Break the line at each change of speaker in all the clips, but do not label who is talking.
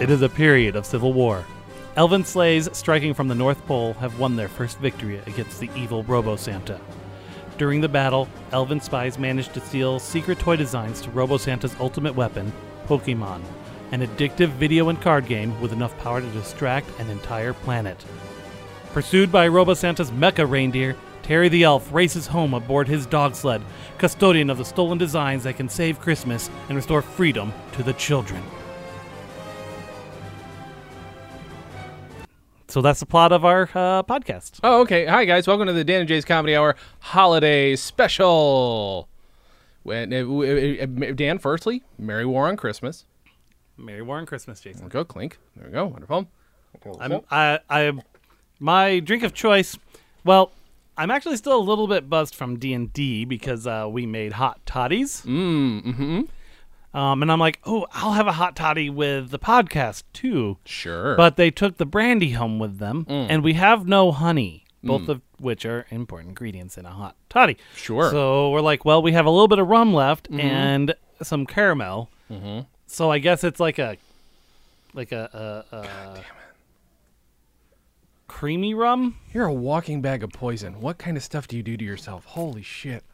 It is a period of civil war. Elven sleighs striking from the North Pole have won their first victory against the evil Robo Santa. During the battle, elven spies managed to steal secret toy designs to Robo Santa's ultimate weapon, Pokemon, an addictive video and card game with enough power to distract an entire planet. Pursued by Robo Santa's mecha reindeer, Terry the Elf races home aboard his dog sled, custodian of the stolen designs that can save Christmas and restore freedom to the children. So that's the plot of our uh, podcast.
Oh, okay. Hi, guys. Welcome to the Dan and Jay's Comedy Hour Holiday Special. When, uh, w- uh, Dan, firstly, Merry War on Christmas.
Merry Warren Christmas, Jason.
There we go, clink. There we go. Wonderful.
I'm, I, I, my drink of choice. Well, I'm actually still a little bit buzzed from D and D because uh, we made hot toddies. Mm, hmm Um, and I'm like, oh, I'll have a hot toddy with the podcast too.
Sure.
But they took the brandy home with them,
Mm.
and we have no honey, both of which are important ingredients in a hot toddy.
Sure. Mm-hmm.
So we're like, well, we have a little bit of rum left and some caramel. Mm-hmm. So I guess it's like a, like a, a, a creamy rum.
You're a walking bag of poison. What kind of stuff do you do to yourself? Holy shit.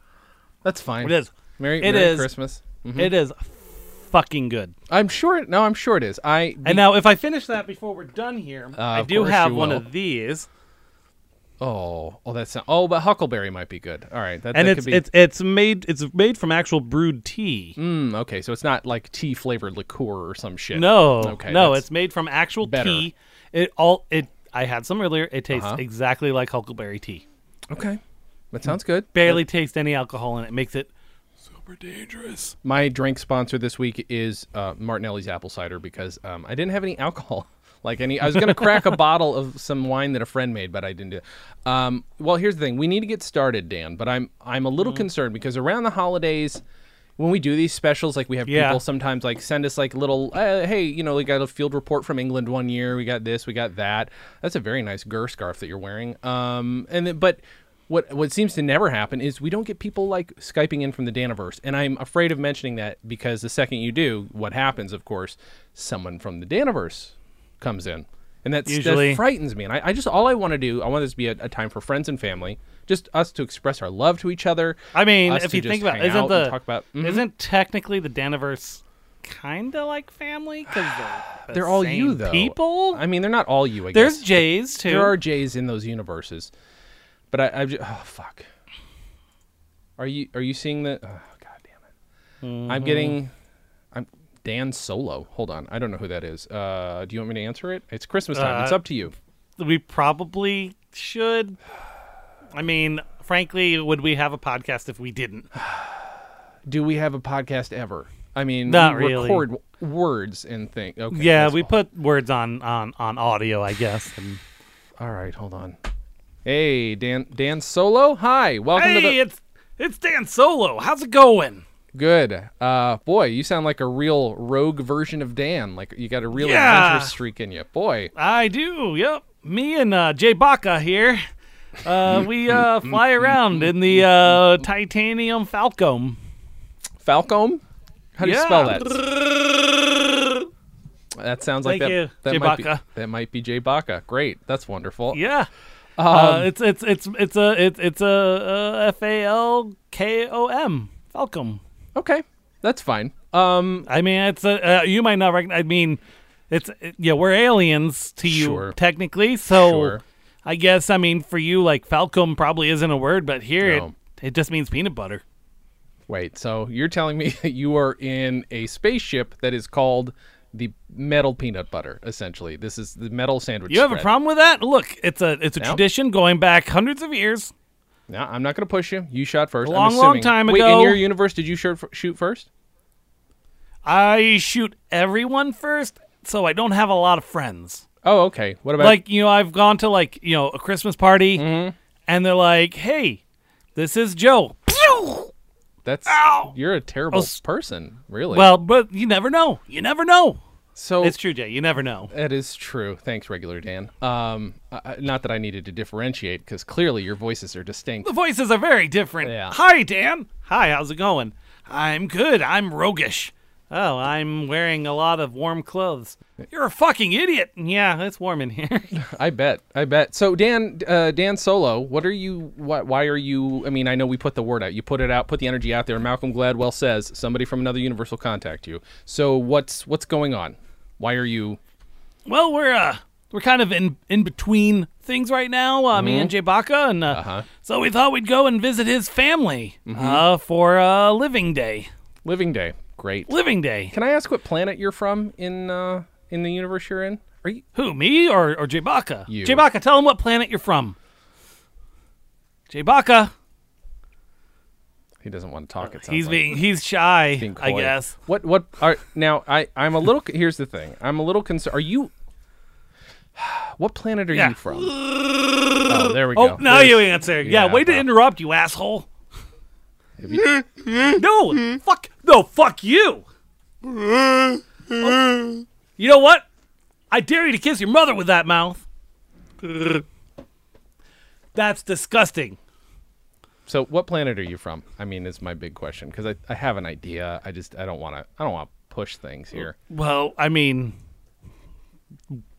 That's fine.
It is.
Merry,
It
Merry
is.
Christmas.
It is fucking good.
I'm sure it. No, I'm sure it is. I.
And now, if I finish that before we're done here, I
Uh, of
do
course
have
you
one
will.
of these,
oh, oh, that's. Not, oh, but Huckleberry might be good. All right. That,
and
that
it's
could be,
it's it's made it's made from actual brewed tea.
Mm, okay, so it's not like tea flavored liqueur or some shit.
No,
Okay,
no,
that's-
it's made from actual
better.
tea. It all it. I had some earlier. It tastes
Uh-huh.
exactly like huckleberry tea.
okay. That sounds good.
Barely tastes any alcohol, and it makes it.
My drink sponsor this week is uh, Martinelli's apple cider because um, I didn't have any alcohol. Like any, I was gonna crack a bottle of some wine that a friend made, but I didn't do. It. Um, well, here's the thing: we need to get started, Dan. But I'm I'm a little concerned because around the holidays, when we do these specials, like we have
Yeah.
people sometimes like send us like little, uh, hey, you know, we got a field report from England one year. We got this, we got that. That's a very nice Gur scarf that you're wearing. Um, and then, but what what seems to never happen is we don't get people like skyping in from the Daniverse, and I'm afraid of mentioning that because the second you do, what happens, of course, someone from the Daniverse comes in, and that's,
Usually.
that frightens me. And I, I just all I want to do, I want this to be a, a time for friends and family, just us to express our love to each other.
I mean,
us
if
to
you
just
think about,
hang
it, isn't
out and
the
talk about mhm.
isn't technically the Daniverse kind of like family because they're, the
They're all you
same
though.
people.
I mean, they're not all you. I
There's
guess.
Jays too.
there are Jays in those universes, but I, I just oh fuck. Are you are you seeing the? Oh, God damn it! I'm
Mm-hmm.
getting, I'm Dan Solo. Hold on, I don't know who that is. Uh, do you want me to answer it? It's Christmas time. it's
Uh,
up to you.
we probably should. I mean, frankly, would we have a podcast if we didn't?
Do we have a podcast ever? I mean,
Not
we
really.
record w- words and think. Okay.
yeah,
that's
we
all.
put words on on on audio, I guess. And
All right, hold on. Hey, Dan Dan Solo. Hi, welcome to the.
hey, it's it's Dan Solo. How's it going?
Good. Uh, boy, you sound like a real rogue version of Dan. Like you got a real
Yeah.
adventure streak in you. Boy,
I do. Yep. Me and uh, Jay Baca here. Uh, we uh, fly around in the uh, titanium Falcom.
Falcom. How do you
Yeah.
spell that? That sounds like
Thank
that.
you,
that
Jay
might be,
Baca.
That might be Jay Baca. Great. That's wonderful.
Yeah.
Um,
uh, it's it's it's it's a it's it's a uh, F A L K O M Falcom.
Okay. That's fine. Um,
I mean, it's a uh, you might not recognize. I mean, it's it- yeah, we're aliens to you
Sure.
technically. So
Sure.
I guess I mean for you, like falcom probably isn't a word, but here
No.
it, it just means peanut butter.
wait. So you're telling me that you are in a spaceship that is called the metal peanut butter? Essentially, this is the metal sandwich.
You have a
spread.
problem with that? Look, it's a it's a
No.
tradition going back hundreds of years.
No, I'm not going to push you. You shot first. I'm
Long, long
assuming-
time
Wait,
ago.
in your universe, did you shoot, shoot first?
I shoot everyone first, so I don't have a lot of friends.
Oh, okay. What about
like you know i've gone to like you know a christmas party
Mm-hmm.
and they're like hey this is joe Pew!
That's
Ow!
you're a terrible
Oh, s-
person, really.
well but you never know you never know
so
it's true jay you never know
that is true. Thanks, regular Dan. Um, I- I- not that I needed to differentiate because clearly your voices are distinct.
the voices are very different
Yeah.
hi dan hi how's it going i'm good i'm roguish Oh, I'm wearing a lot of warm clothes. You're a fucking idiot. Yeah, it's warm in here.
I bet. I bet. So Dan, uh, Dan Solo, what are you? Why, why are you? I mean, I know we put the word out. You put it out. Put the energy out there. Malcolm Gladwell says somebody from another universe will contact you. So what's what's going on? Why are you?
well, we're uh we're kind of in in between things right now. Uh,
Mm-hmm.
Me and Jay Baca, and uh,
Uh-huh.
so we thought we'd go and visit his family
Mm-hmm.
uh, for uh, Living Day.
Living Day. Great.
Living Day.
Can I ask what planet you're from in uh, in the universe you're in? Are you?
Who, me or, or Jay Baca?
You.
Jay Baca, tell him what planet you're from. Jay Baca.
He doesn't want to talk. It sounds
He's
like.
being he's shy,
being
I
coy.
guess.
What what are now I I'm a little here's the thing. I'm a little concerned. Are you What planet are
Yeah.
you from? oh, there we
Oh,
go.
now
There's-
you answer. Yeah,
yeah,
way to
well.
interrupt, you asshole. no, fuck, no, fuck you. Oh, you know what? I dare you to kiss your mother with that mouth. That's disgusting.
So what planet are you from? I mean, is my big question cuz I, I have an idea. I just I don't want to I don't want to push things here.
Well, I mean,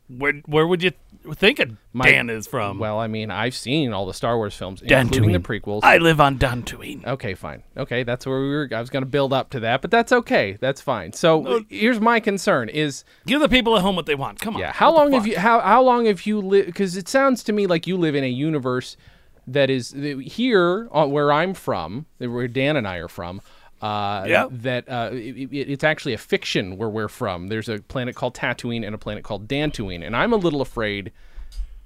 where where would you think a
My-
Dan is from?
Well, I mean, I've seen all the Star Wars films including the
Dantooine.
prequels.
I live on Dantooine.
Okay, fine. Okay, that's where we were. I was going to build up to that, but that's okay. That's fine. So here's my concern: is
Give the people at home what they want. Come on.
Yeah. How
What the
long have
fuck?
you how how long have you lived? Because it sounds to me like you live in a universe that is that here uh, where I'm from, that where Dan and I are from. Uh,
Yeah.
That uh, it, it- it's actually a fiction where we're from. There's a planet called Tatooine and a planet called Dantooine, and I'm a little afraid.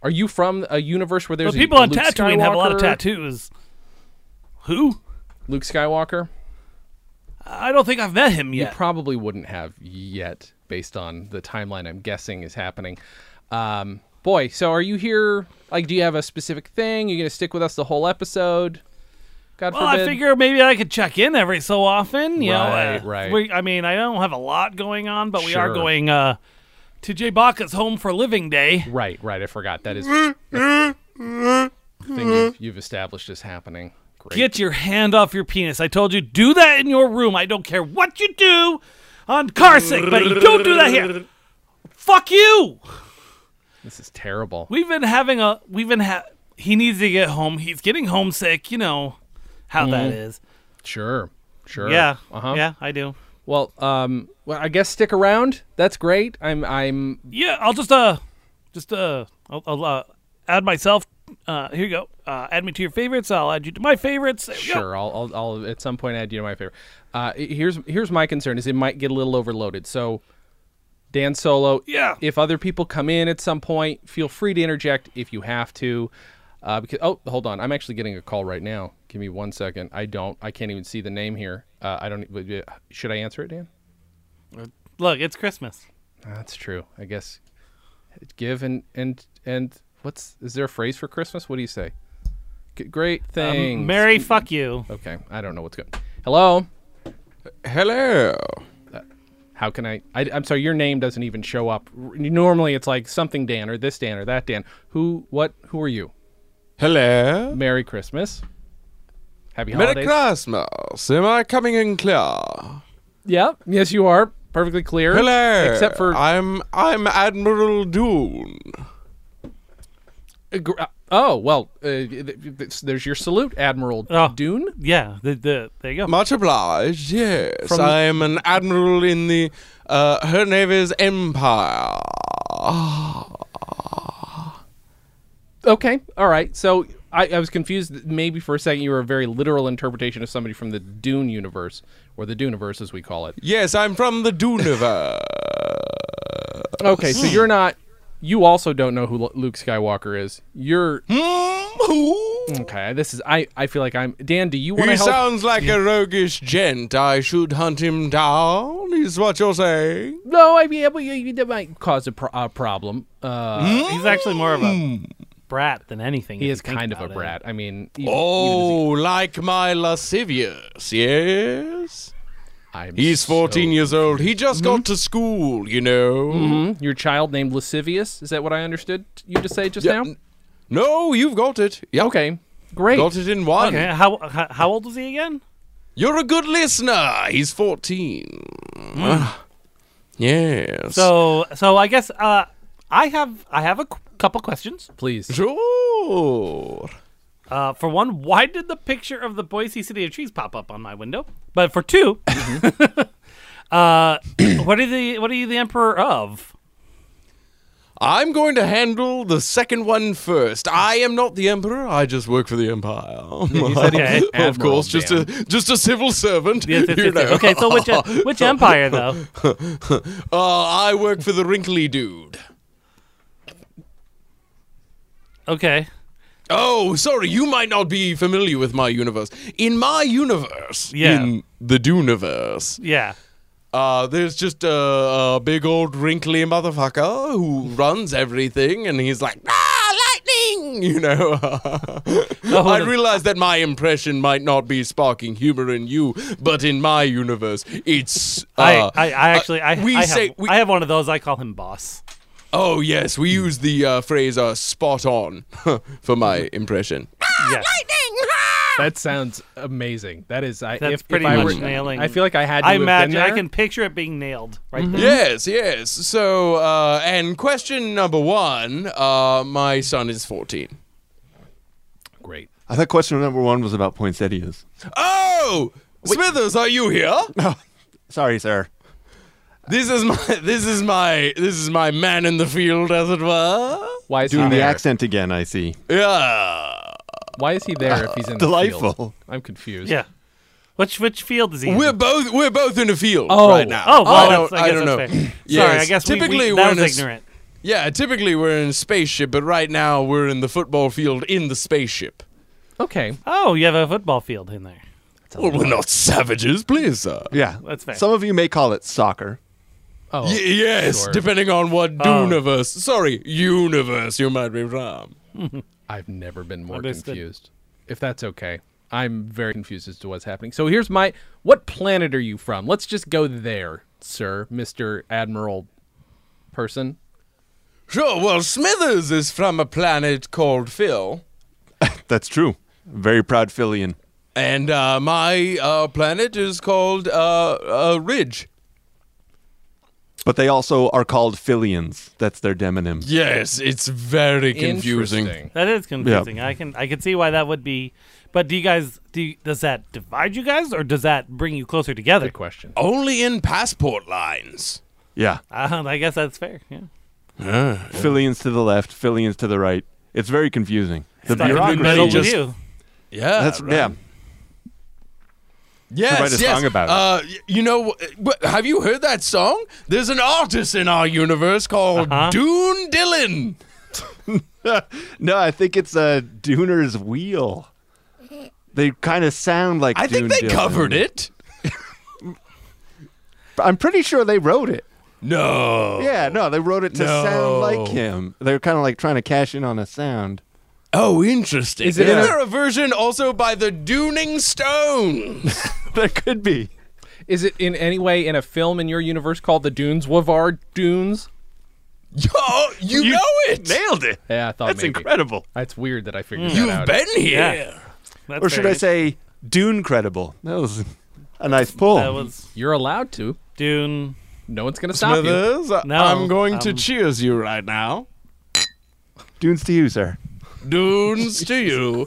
Are you from a universe where there's
The people
a,
on
Luke
Tatooine have a lot of
Skywalker-
tattoos. Who?
Luke Skywalker.
I don't think I've met him
You
yet.
probably wouldn't have yet, based on the timeline I'm guessing is happening. Um, boy, so are you here? Like, do you have a specific thing? You're gonna stick with us the whole episode? God
well,
forbid.
I figure maybe I could check in every so often. You
Right,
know, uh,
right.
We, I mean, I don't have a lot going on, but we are
Sure.
going uh, to Jay Baca's home for Living Day.
right, right. I forgot that is a thing you've, you've established is happening. Great.
Get your hand off your penis. I told you, do that in your room. I don't care what you do on Carsick, but you don't do that here. Fuck you.
this is terrible.
We've been having a. We've been ha. He needs to get home. He's getting homesick. You know how that
Mm-hmm.
is.
sure, sure.
Yeah.
Uh huh.
Yeah, I do.
Well, um, well, I guess stick around. That's great. I'm, I'm
Yeah, I'll just uh, just uh, I'll, I'll uh, add myself. Uh, here you go. Uh, add me to your favorites. I'll add you to my favorites. There we go.
Sure, I'll, I'll, I'll at some point add you to my favorite. Uh, here's here's my concern is it might get a little overloaded. So, Dan Solo,
Yeah.
If other people come in at some point, feel free to interject if you have to. Uh, because oh, hold on, I'm actually getting a call right now. Give me one second. I don't. I can't even see the name here. Uh, I don't. e- Should I answer it, Dan? Ah,
Look, it's Christmas.
That's true. I guess give and and and what's is there a phrase for Christmas? What do you say? G- great thing.
Um, Merry fuck you.
Okay, I don't know what's going. Hello.
Hello.
How can I, I? I'm sorry, your name doesn't even show up. R- Normally, it's like something Dan or this Dan or that Dan. Who? What? Who are you?
Hello.
Merry Christmas. Happy
Merry
holidays.
Christmas. Am I coming in clear?
yeah. Yes, you are perfectly clear.
Hello.
Except for
I'm I'm Admiral Dune.
uh, gr- uh, oh well, uh, th- th- th- there's your salute, Admiral
Ah.
Oh.
Dune.
Yeah, the, the, there you go.
Much obliged. Yes,
From-
I am an admiral in the uh, Her Navy's Empire.
Okay. All right. So I, I was confused. Maybe for a second, you were a very literal interpretation of somebody from the Dune universe or the Duneverse, as we call it.
Yes, I'm from the Duneverse.
Okay. So you're not. You also don't know who Lu- Luke Skywalker is. You're
Hmm, who?
Okay, this is I. I feel like I'm Dan. Do you want to
He
help?
sounds like a roguish gent. I should hunt him down. Is what you're saying?
no, I mean, but you- you- that might cause a, pro- a problem. Uh,
He's actually more of a brat than anything.
he
if
is
you think
kind of a
about it.
brat. I mean, e-, even- even
Oh, like my lascivious, yes.
as he- I'm
He's
so-
14 years old. He just
Hmm?
got to school, you know.
Mm-hmm.
Mhm. Your child named Lascivious. Is that what I understood you to say just
Yeah.
now?
No, you've got it.
Oh,
Yeah,
Okay, great.
Got it in one.
Okay, how, how how old was he again?
You're a good listener. He's 14. Ah. Yes.
Hmm. So so I guess uh, I have I have a qu- couple questions.
Please.
sure.
Uh, for one, why did the picture of the Boise City of Trees pop up on my window? But for 2 uh, what are the what are you the emperor of?
I'm going to handle the second one first. I am not the emperor. I just work for the empire.
said he
was
of
Admiral
course, just a just a civil servant.
Yes, yes,
you
yes, yes.
know.
Okay, so which
Oh,
which empire though?
Uh, I work for the wrinkly dude.
Okay,
Oh, sorry, you might not be familiar with my universe. In my universe,
Yeah.
in the Duniverse,
yeah.
Uh, there's just a, a big old wrinkly motherfucker who runs everything, and he's like, ah, lightning! You know? I
the-
realize that my impression might not be sparking humor in you, but in my universe, it's. Uh,
I, I, I actually I,
we
I have,
say- we-
I have one of those. I call him boss.
oh, yes, we use the uh, phrase uh, spot on for my impression.
Yes.
That sounds amazing. That is, I,
That's
if,
pretty
if I
much
were,
nailing-
I feel like I had. To
I
have been
imagine I
there.
can picture it being nailed right
Mm-hmm.
Mm-hmm.
there.
Yes, yes. So, uh, and question number one uh, my son is 14.
Great.
I thought question number one was about poinsettias.
Oh! Smithers, are you here?
Uh-huh.
Sorry, sir.
This is my this is my this is my man in the field, as it were.
Why is he
Doing the
there?
accent again, I see.
Yeah.
Why is he there if he's in the field?
Delightful.
I'm confused.
Yeah. Which which field is he? in?
We're both we're both in the field
Oh.
right now.
Oh, well,
I
that's,
don't,
I,
I
guess
don't
that's
know.
fair. Sorry,
Yes,
I guess
typically
we, we,
we're
that
in
was
a s-
ignorant.
Yeah, typically we're in a spaceship, but right now we're in the football field in the spaceship.
Okay.
Oh, you have a football field in there.
Well, we're not savages, please, sir.
Yeah.
That's fair.
Some of you may call it soccer.
Oh.
Y- yes,
sure. Oh.
depending on what universe, sorry, universe you might be from.
I've never been more
Understood.
confused. If that's okay. I'm very confused as to what's happening. So here's my what planet are you from? Let's just go there, sir, Mr. Admiral person.
Sure. Well, Smithers is from a planet called Phil.
That's true. Very proud Philian.
And uh, my uh, planet is called uh, uh, Ridge.
But they also are called Philians. That's their demonym.
Yes, it's very confusing.
Interesting.
That is confusing. I can I can see why that would be. But do you guys do you- does that divide you guys or does that bring you closer together?
Good question.
Only in passport lines.
Yeah.
Uh, I guess that's fair. Yeah.
Philians to the left, Philians to the right. It's very confusing. The
It's not gonna be
bureaucracy
meddled
just-
with you.
Yeah,
That's
right.
yeah.
Yes,
write a
yes.
song about it.
Uh, y- you know, uh, wh- have you heard that song? There's an artist in our universe called
Uh-huh.
Dune Dillon.
No, I think it's a Dooner's wheel. They kind of sound like
I
Dune
think they
Dillon.
covered it.
I'm pretty sure they wrote it.
No.
Yeah, no, they wrote it to sound
No.
like him. They're kind of like trying to cash in on a sound.
Oh, interesting. Is,
Is it in a-
there a version also by the Dooning Stones?
there could be.
Is it in any way in a film in your universe called The Dunes, Wavard Dunes?
Yo, you, know it.
Nailed it.
Yeah, I thought
That's
maybe.
incredible.
That's weird that I figured that
You've
out.
been here.
Yeah. That's
Or should
fair.
I say Dune credible? That was a nice pull.
that was
You're allowed to.
Dune?
No one's going to stop you.
Smithers, I-
No,
I'm going to
um,
cheers you right now.
Dunes to you, sir.
Dunes to you.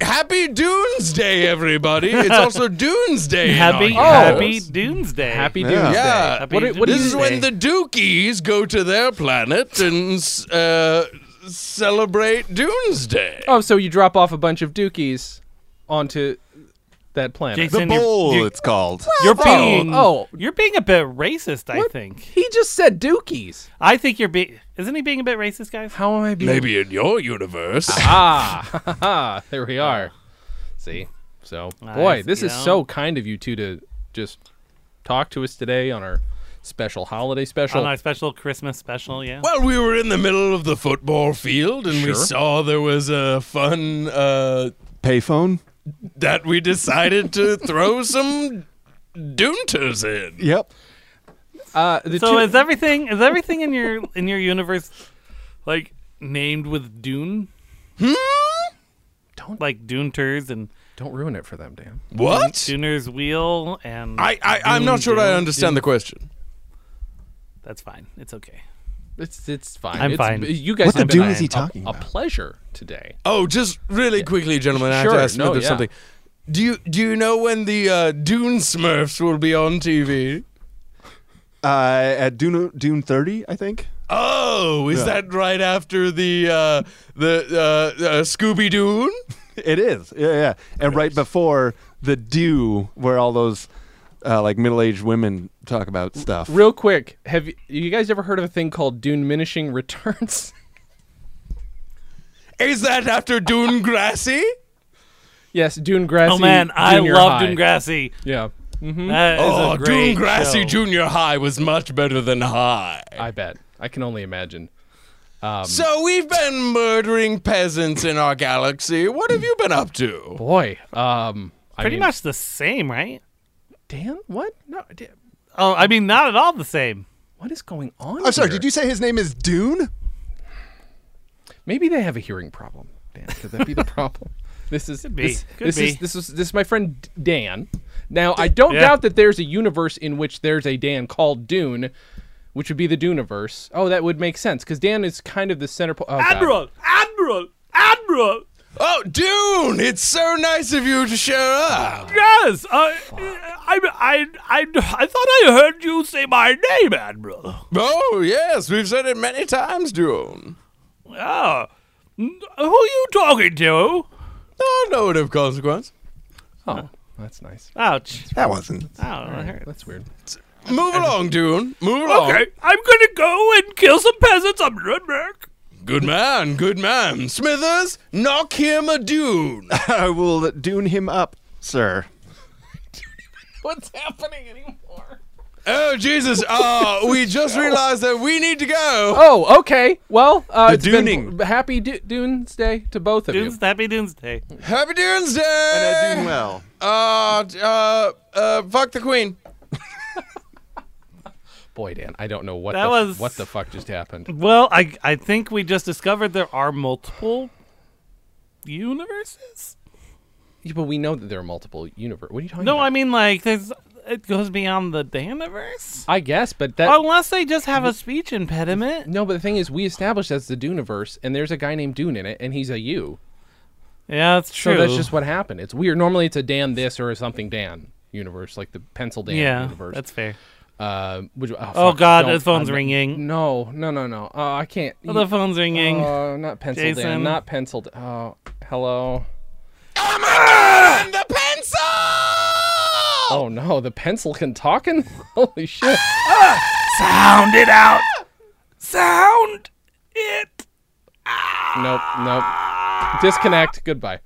Happy Dunes Day, everybody. It's also Dunes Day. in
Happy
Oh!
our
Happy
universe.
Doomsday.
Happy
Yeah.
Dunes.
Yeah.
Happy
What,
Dunes
what
Day.
do
this
you
is when the Dookies go to their planet and s- uh, celebrate Dunes Day.
Oh, so you drop off a bunch of dookies onto that planet.
Jason-
The
Send your-
bowl,
you-
it's called.
You're being
oh.
you're being a bit racist. I think.
He just said dookies.
I think you're being. Isn't he being a bit racist, guys?
How am I being?
Maybe in your universe.
Uh-huh.
Ah, ha, ha, there we are. See, so boy,
Nice,
this
you
is
know.
so kind of you two to just talk to us today on our special holiday special.
On our special Christmas special, yeah.
Well, we were in the middle of the football field and we
Sure.
saw there was a fun uh,
Payphone?
that we decided to throw some Doonters in.
Yep.
uh, the
So
two-
is everything is everything in your in your universe like named with Dune? Hmm? Don't like Dune turds and
Don't ruin it for them, Dan.
What?
Dooner's wheel and
I, I I'm not sure I understand the question.
That's fine. It's okay.
It's it's fine.
I'm
It's-
fine.
You guys
What the
have been
do is he
a-
talking
a,
about?
pleasure today.
Oh, just really quickly, gentlemen. I have
Sure,
to ask
no,
Smith of
yeah.
something. Do you do you know when the uh, Dune Smurfs will be on TV?
Uh, at Dune Dune thirty, I think.
Oh, is
Yeah.
that right after the uh, the uh, uh, Scooby Doo?
It is. Yeah, yeah. And right before the do, where all those uh, like middle-aged women talk about stuff.
Real quick, have you, you guys ever heard of a thing called Dune Diminishing Returns?
Is that after Dune Grassy?
yes, Dune Grassy.
oh man, I
Junior
love
High.
Dune Grassy.
Yeah, hmm
That is
oh,
a great
Dune Grassy
show.
Junior High was much better than High.
I bet. I can only imagine.
So we've been murdering peasants in our galaxy. What have you been up to?
Boy, um, I
Pretty
mean-
much the same, right?
Dan, what? No, Dan,
Oh, I mean, not at all the same.
what is going on?
I'm sorry,
here?
did you say his name is Dune?
Maybe they have a hearing problem. Dan, could that be the problem? This is
be.
this,
Could
this
be.
is this is this is my friend D- Dan. Now I don't
Yeah.
doubt that there's a universe in which there's a Dan called Dune, which would be the Duneverse. Oh, that would make sense because Dan is kind of the center point. Oh, God.
Admiral, Admiral.
Oh, Dune! It's so nice of you to show up.
Yes, uh, I, I, I, I, I thought I heard you say my name, Admiral.
Oh, yes, we've said it many times, Dune.
Ah, n- who are you talking to?
Oh, no one of consequence.
Oh, that's nice.
Ouch.
That wasn't.
Oh, that hurt.
That's weird.
Move along, Dune. Move along.
Okay, I'm gonna go and kill some peasants. I'm right back.
Good man, good man. Smithers, knock him a Dune.
I will Dune him up, sir.
What's happening anymore?
oh, Jesus. Uh, we just realized that we need to go.
Oh, okay. Well, uh, it's been-
Duning.
happy du- Dune's Day to both of
Dunes,
you.
happy Dunes Day.
Happy Dune's Day.
And I do well.
Uh, d- uh, uh, fuck the queen.
Boy, Dan, I don't know what
That
the,
was-
what the fuck just happened.
Well, I, I think we just discovered there are multiple universes.
Yeah, but we know that there are multiple universe. What are you talking
No,
about?
I mean like there's it goes beyond the Daniverse.
I guess, but that
Unless they just have a speech impediment.
No, but the thing is, we established that's the Duneverse, and there's a guy named Dune in it, and he's a you.
Yeah, that's
So
true.
that's just what happened. It's weird. Normally, it's a Dan this or a something Dan universe, like the pencil Dan
yeah,
universe.
that's fair.
uh, which, oh,
Oh,
fuck,
God,
don't-
the phone's
I'm-
ringing.
No, no, no, no. Oh, I can't.
Oh, the phone's ringing.
Oh, not pencil
Jason.
Dan. Not pencil. Dan. Oh, hello.
Oh, my God! The pencil!
Oh no, the pencil can talking. Holy shit!
Sound it out. Sound it.
nope, nope. Disconnect. Goodbye.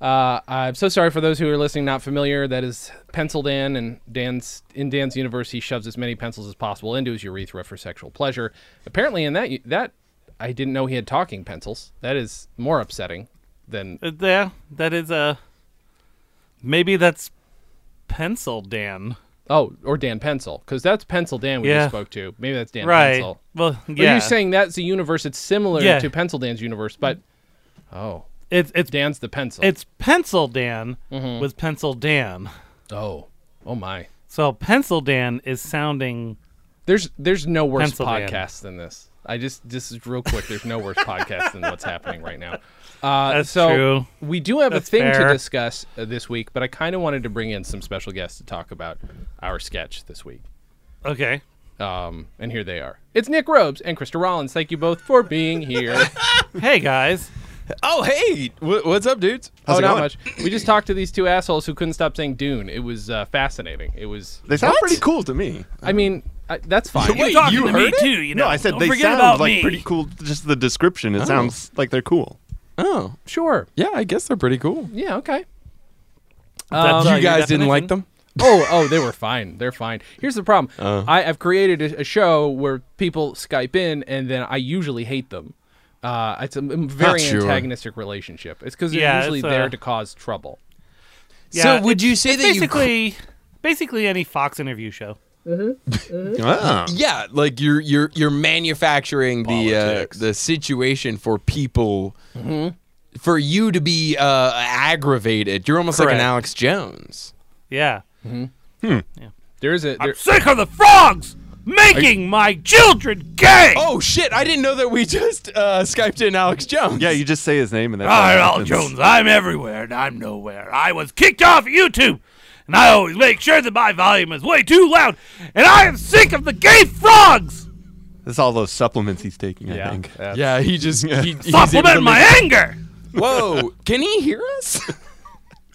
Uh, I'm so sorry for those who are listening not familiar. That is penciled in, and Dan's in Dan's universe, he shoves as many pencils as possible into his urethra for sexual pleasure. Apparently, in that that I didn't know he had talking pencils. That is more upsetting than
Uh, Yeah, that is a. Maybe that's pencil Dan.
oh, or Dan pencil because that's pencil Dan we
Yeah.
just spoke to. Maybe that's Dan
Right.
pencil.
Well,
But
yeah.
You're saying that's a universe that's similar
Yeah.
to pencil Dan's universe, but oh,
it's it's
Dan's the pencil.
it's pencil Dan
Mm-hmm.
with pencil Dan.
oh, oh my.
So pencil Dan is sounding
There's there's no worse
Pencil Dan.
podcast than this. I just this is real quick. There's no worse podcast than what's happening right now. Uh,
That's
so
true.
we do have
That's
a thing
fair.
to discuss uh, this week, but I kind of wanted to bring in some special guests to talk about our sketch this week.
okay.
Um, and here they are. It's Nick Robes and Krista Rollins. Thank you both for being here.
Hey guys.
Oh, hey! Wh- what's up, dudes?
oh,
it
not
going?
much. We just talked to these two assholes who couldn't stop saying Dune. It was uh, fascinating. It was.
They sound pretty cool to me.
I mean, I, that's fine.
Wait,
talking
you
to me
heard it?
too, you know.
No, I said
Don't
they
forget
sound
about
like
me.
pretty cool. Just the description, it sounds like they're cool.
Oh,
Sure.
yeah, I guess they're pretty cool.
Yeah. Okay.
That's
you
Uh, your
guys didn't like
definition?
them?
oh, oh, they were fine. They're fine. Here's the problem.
Uh.
I, I've created a, a show where people Skype in, and then I usually hate them. Uh, it's a m- very
Not sure.
antagonistic relationship. It's because they're
Yeah,
usually
it's,
there
uh,
to cause trouble.
Yeah,
so, would
it's-
you say
it's
that you
basically basically any Fox interview show?
Ah.
Yeah, like you're you're you're manufacturing the uh,
Politics.
the situation for people for you to be uh, aggravated. You're almost like
Correct.
an Alex Jones.
Yeah.
There is a there,
Sick of the frogs making my children gay.
Oh shit! I didn't know that we just uh, skyped in Alex Jones.
Yeah, you just say his name and that's all
I'm
that
Al
happens.
Jones. I'm everywhere and I'm nowhere. I was kicked off YouTube, and I always make sure that my volume is way too loud. And I am sick of the gay frogs
That's all those supplements he's taking, I
yeah,
think.
that's-
yeah. He just he, he's able to
supplement my
make-
anger.
Whoa! Can he hear us?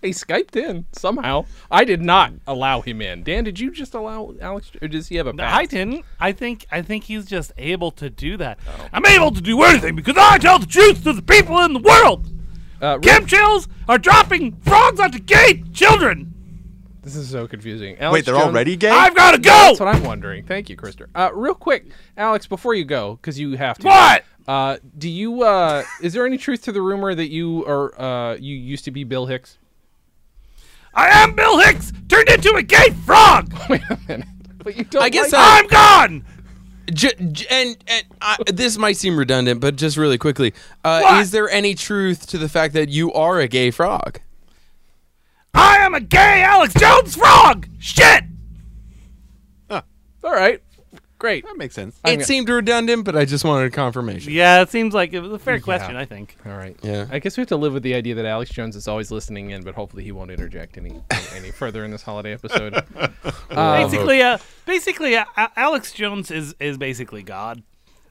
He skyped in somehow. I did not allow him in. Dan, did you just allow Alex? Or does he have a pass?
I didn't. I think I think he's just able to do that. Oh. I'm able to do anything because I tell the truth to the people in the world.
Uh, Rick,
Chemtrails are dropping frogs onto gay children.
this is so confusing. Alex
Wait, they're
Jones-
already gay?
I've got to
That's
go.
what I'm wondering. Thank you, Krister. Uh, real quick, Alex, before you go, because you have to.
What?
Uh, do you? Uh, is there any truth to the rumor that you are? Uh, you used to be Bill Hicks.
I am Bill Hicks, turned into a gay frog.
But you don't.
I guess
like-
I-
I'm gone.
J- j- and and I, this might seem redundant, but just really quickly, uh,
What?
is there any truth to the fact that you are a gay frog?
I am a gay Alex Jones frog. Shit.
all right. Great.
That makes sense.
it seemed redundant, but I just wanted confirmation.
Yeah, it seems like it was a fair question. I think.
All right.
Yeah.
I guess we have to live with the idea that Alex Jones is always listening in, but hopefully he won't interject any any further in this holiday episode. Um,
Basically, uh, basically, uh, A- Alex Jones is is basically God.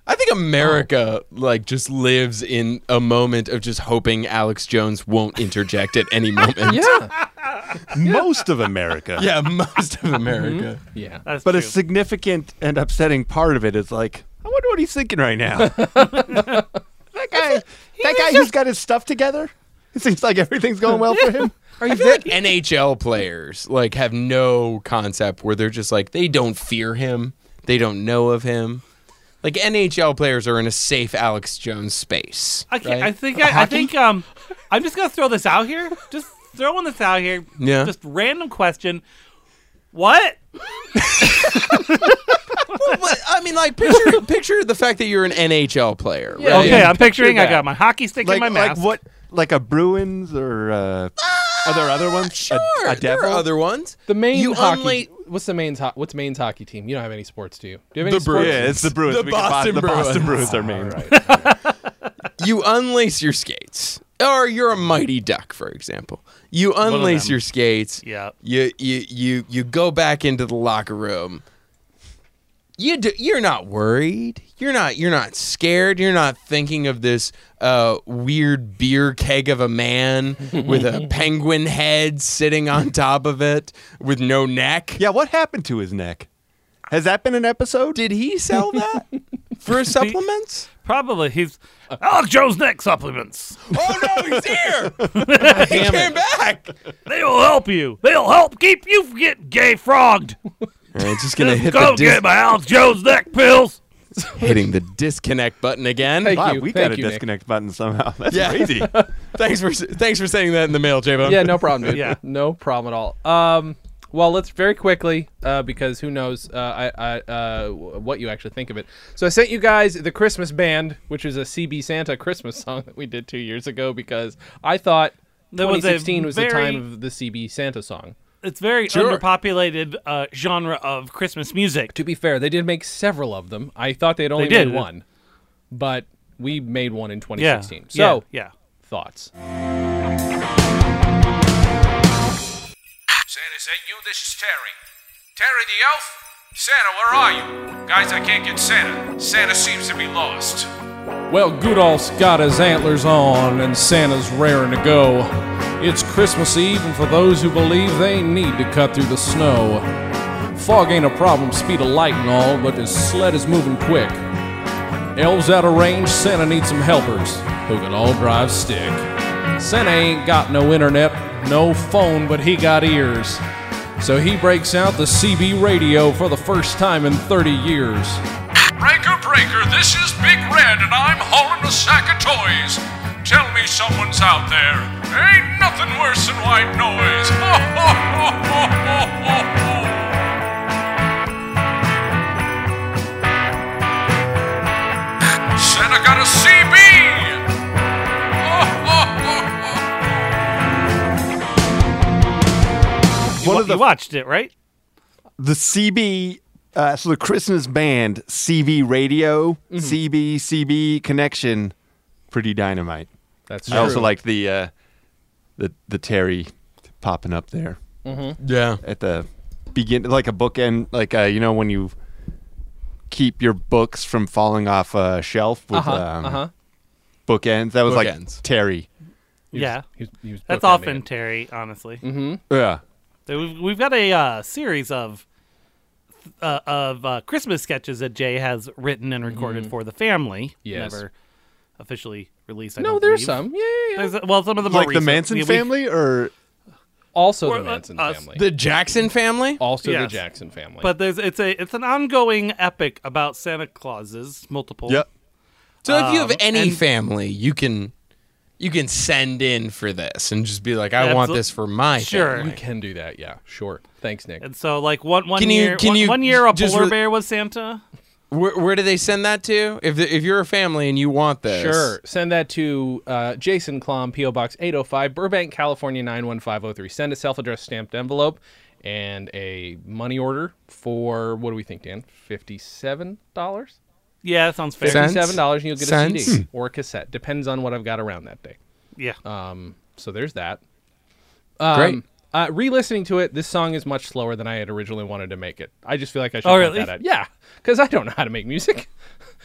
I think America like just lives in a moment of just hoping Alex Jones won't interject at any moment.
yeah.
Most of America.
Yeah, most of America.
Yeah.
That's
But
true.
a significant and upsetting part of it is like, I wonder what he's thinking right now. that guy, that guy who's got his stuff together. It seems like everything's going well for him.
Are you
I feel like NHL players like have no concept where they're just like they don't fear him, they don't know of him. Like NHL players are in a safe Alex Jones space.
I, can't, I
right?
think I, I think um, I'm just gonna throw this out here. Just throwing this out here.
Yeah.
Just random question. What?
But, I mean, like picture picture the fact that you're an NHL player.
Yeah.
right?
Okay, I'm picturing. I
that.
got my hockey stick in
Like,
my
like
mask.
what? Like a Bruins or uh, are there other ones? A-
Sure, there
a, devil?
are other ones.
The main
you
hockey.
only-
what's the main's ho- what's Maine's hockey team? You don't have any sports, do you? Do you have any
The
sports?
Bruins.
yeah, it's the Bruins.
The
We could
Boston
the Boston
Bruins.
Bruins are main.
you unlace your skates, or you're a mighty duck, for example. You unlace
them.
your skates.
Yeah.
You you you you go back into the locker room. You do, you're not worried. You're not you're not scared. You're not thinking of this uh, weird beer keg of a man with a penguin head sitting on top of it with no neck.
Yeah, what happened to his neck? Has that been an episode?
Did he sell that for supplements?
Probably he's Alex Jones neck supplements.
oh no, he's here. he
Damn
came
it.
back.
They will help you. They'll help keep you from getting gay frogged.
just gonna hit
Go get my Alex Jones neck pills.
hitting the disconnect button again.
Thank
wow,
you.
we
Thank
got a
you, Nick.
disconnect button somehow. That's
Yeah.
crazy.
Thanks for thanks for sending that in the mail, J-Bone.
Yeah, no problem, dude.
Yeah.
No problem at all. Um, well, let's very quickly, uh, because who knows uh, I, I, uh, w- what you actually think of it. So I sent you guys the Christmas Band, which is a CB Santa Christmas song that we did two years ago, because I thought
There was a
2016 was, the
very-
time of the CB Santa song.
It's very underpopulated uh, genre of Christmas music.
To be fair, they did make several of them. I thought they'd only
They did.
made one, but we made one in 2016. So
yeah.
thoughts.
Santa, is that you? This is Terry. Terry the elf? Santa, where are you? Guys, I can't get Santa. Santa seems to be lost.
Well, Gudolph's got his antlers on, and Santa's raring to go. It's Christmas Eve, and for those who believe they need to cut through the snow. Fog ain't a problem, speed of light and all, but his sled is moving quick. Elves out of range, Santa needs some helpers who can all drive stick. Santa ain't got no internet, no phone, but he got ears. So he breaks out the CB radio for the first time in 30 years.
Breaker, breaker, this is Big Red, and I'm hauling a sack of toys. Tell me someone's out there. Ain't nothing worse than white noise. Ho, ho, ho, ho, ho, ho, ho. Santa got a CB. Ho, ho, ho,
You,
one
wa-
of the
you watched it, right?
the CB. Uh, so the Christmas band CB radio CB CB connection, pretty dynamite.
That's
I also
true.
like the uh, the the Terry popping up there
Yeah.
at the begin, like a bookend, like uh, you know when you keep your books from falling off a shelf with
Uh-huh,
um,
uh-huh.
bookends. That was
Bookends.
like Terry.
Yeah.
He was- he was
That's
bookending
often
it.
Terry, honestly.
Yeah.
There- We've, we've got a uh, series of uh, of uh, Christmas sketches that Jay has written and recorded for the family.
Yes.
Never officially released. I
No,
don't
Oh, there's
believe.
some. Yeah, yeah, yeah.
There's, well, some of them
Like
are
the
recent.
Manson
Yeah, we-
family, or
Also
Or,
the
uh,
Manson
us.
family.
The Jackson family?
also the
Yes.
Jackson family.
But there's it's a it's an ongoing epic about Santa Clauses, multiple.
yep.
So if you have
Um,
any
and-
family, you can you can send in for this and just be like, I want
Absol-
this for my
Sure.
you
family.
can do that. Yeah, sure. Thanks, Nick.
And so, like one one
Can you-
year,
can
one,
you
one year a
just
polar
re-
bear was Santa.
Where, where do they send that to? If the, if you're a family and you want this,
Sure. Send that to uh, Jason Klom, P.O. Box 805, Burbank, California 91503. Send a self addressed stamped envelope and a money order for, what do we think, Dan? $57?
Yeah, that sounds fair.
Santa-
$57, and you'll get a
Cents?
CD or a cassette. Depends on what I've got around that day.
Yeah,
So there's that.
great.
Um, uh, re-listening to it, this song is much slower than I had originally wanted to make it. I just feel like I should
Oh,
cut
really?
that out. Yeah, because I don't know how to make music.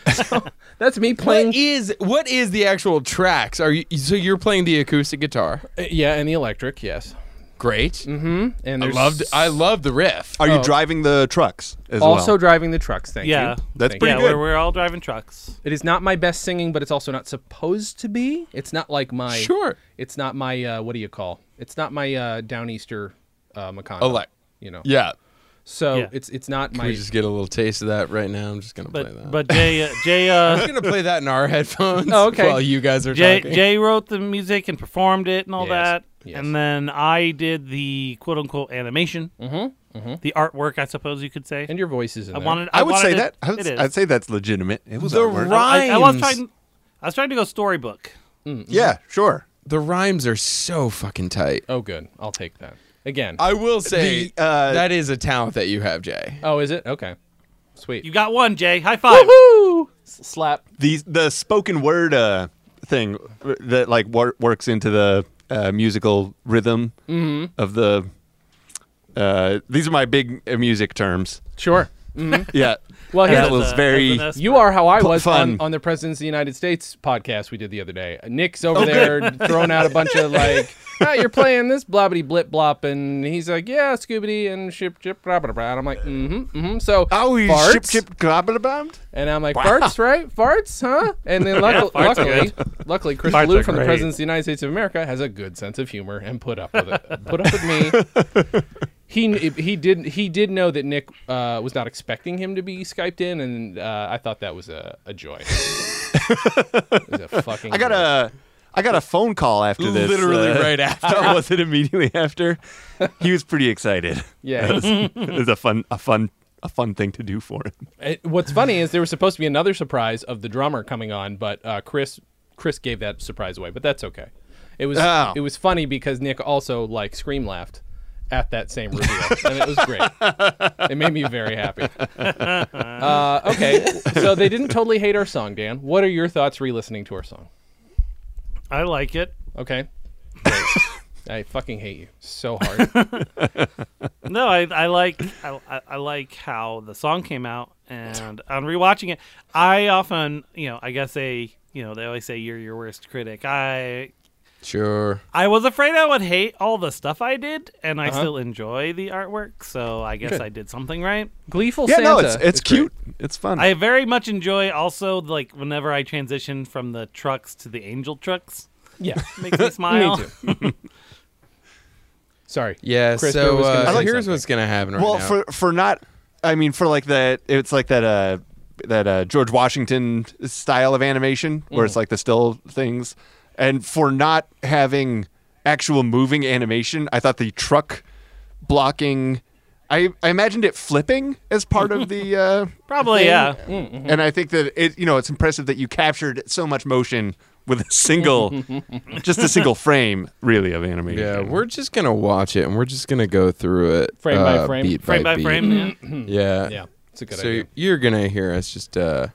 so that's me playing.
what is what is the actual tracks? Are you so you're playing the acoustic guitar?
Uh, mm-hmm. yeah, and the electric, yes.
Great.
And
I
there's
loved I love the riff.
Are you
Oh.
driving the trucks as
also
well?
driving the trucks. Thank
Yeah.
you.
That's
Thank
pretty
yeah,
good.
we're, we're all driving trucks.
you. It is not my best singing, but it's also not supposed to be. It's not like my
Sure.
It's not my uh, what do you call? It's not my uh, Downeaster uh, Macondo.
Elec-
you know.
Yeah.
So
Yeah.
it's it's not
Can
my.
we just get a little taste of that right now? I'm just gonna play
But
that.
but Jay uh, Jay uh,
I'm gonna play that in our headphones
Oh, okay.
while you guys are
Jay
talking.
Jay wrote the music and performed it and all
Yes,
that,
yes.
and then I did the quote unquote animation, mm-hmm, the artwork, I suppose you could say.
and your voice is in
I
there.
wanted. I,
I would
wanted
say
it-
that. I would,
it is.
I'd say that's legitimate. It was
The
artwork.
rock-
I, I was
rhymes.
trying. I was trying to go storybook.
Yeah, sure.
the rhymes are so fucking tight.
Oh, good. I'll take that again.
I will say
The, uh,
that is a talent that you have, Jay.
oh, is it okay? Sweet.
You got one, Jay. High five.
Woo! S- Slap.
The the spoken word uh, thing that like wor- works into the uh, musical rhythm of the. Uh, these are my big uh, music terms.
Sure.
Yeah,
Well,
that
As
here's,
a-
was
as
very.
an S-
you are how I
P-
was
fun.
on, on the Presidents of the United States podcast we did the other day. Uh, Nick's
Oh,
over there throwing out a bunch of like, "Ah, you're playing this blobbity blip blop, and he's like, yeah, Scoobity and ship chip blah blah blah. And I'm like, mm-hmm, mm-hmm. So
Oh, you
farts,
Uh, ship ship clobber about?
and I'm like, farts, right? Farts, huh? And then luck-
farts are
luckily, luckily, Chris
Farts
Blue
are
from the
great.
Presidents of the United States of America has a good sense of humor and put up with it. put up with me. He he did he did know that Nick uh, was not expecting him to be skyped in, and uh, I thought that was a, a joy. it was a fucking.
I got
joy.
a I got a phone call after this.
Literally right
after. was it immediately after? He was pretty excited.
yeah.
it was a fun a fun a fun thing to do for him.
It- what's funny is there was supposed to be another surprise of the drummer coming on, but uh, Chris Chris gave that surprise away. But that's okay. It was
Oh.
it was funny because Nick also like scream laughed at that same reveal, and it was great. It made me very happy. Uh, okay, so they didn't totally hate our song, Dan. What are your thoughts re-listening to our song?
I like it.
Okay. Great. I fucking hate you so hard.
No, I, I like I, I- I like how the song came out, and on rewatching it, I often you know I guess a you know they always say you're your worst critic. I
Sure.
I was afraid I would hate all the stuff I did, and I still enjoy the artwork, so I guess
Uh-huh. Good.
I did something right.
Gleeful
Yeah,
Santa.
no, it's it's
is great.
cute. It's fun.
I very much enjoy also like whenever I transition from the trucks to the angel trucks,
Yeah.
makes me smile.
Me too. Sorry.
Yeah.
Chris Brewer
so
was gonna
uh,
say
here's
something.
what's gonna happen right
well,
now.
for for not I mean for like that it's like that uh that uh George Washington style of animation where
Mm.
it's like the still things and for not having actual moving animation, I thought the truck blocking I, I imagined it flipping as part of the uh
Probably,
thing.
yeah.
And I think that it you know it's impressive that you captured so much motion with a single, just a single frame, really, of animation.
Yeah, we're just gonna watch it and we're just gonna go through it
Frame by
uh,
frame.
beat
Frame by
beat.
frame. yeah.
Mm-hmm.
Yeah,
Yeah, it's a good
so
idea.
you're gonna hear us just. uh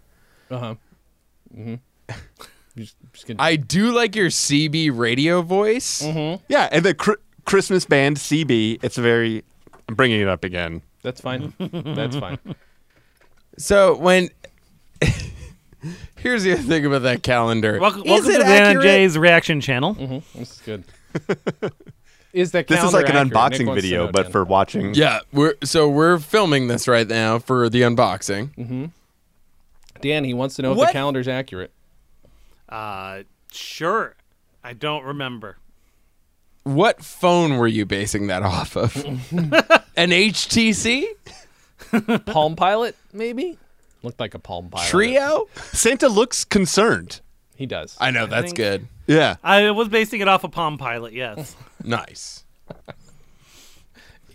Uh huh. Mm-hmm. just, just gonna,
I do like your CB radio voice.
Mm-hmm.
Yeah, and the cr- Christmas band CB. It's a very. I'm bringing it up again.
that's fine. That's fine.
So when. Here's the other thing about that calendar.
Welcome,
Is
welcome
it
to Dan and
accurate?
Jay's reaction channel.
This is good. Is that
This is like
calendar accurate?
an
Nick
unboxing
wants to
video,
know,
but
Dan.
for watching.
Yeah, we're so we're filming this right now for the unboxing.
Mm-hmm.
Dan, he wants to know if the
What?
calendar's accurate.
Uh, sure. I don't remember.
What phone were you basing that off of? An HTC
Palm Pilot, maybe. Looked like a Palm Pilot.
Trio?
Santa looks concerned.
He does.
I know that's
think-
good.
Yeah.
I was basing it off a Palm Pilot. Yes.
Nice.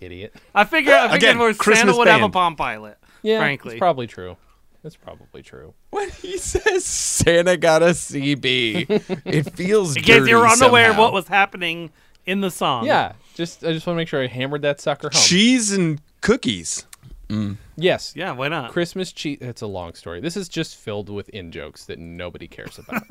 Idiot.
I figure. I figured
Again,
where Santa
Christmas
would have a
band.
Palm Pilot.
Yeah,
Frankly.
it's probably true. That's probably true.
When he says Santa got a CB, it feels
In case
dirty
you were unaware of
somehow.
what was happening in the song.
Yeah, just I just want to make sure I hammered that sucker home.
Oh. Cheese and cookies.
yes.
Yeah. Why not?
Christmas cheese. It's a long story. This is just filled with in jokes that nobody cares about.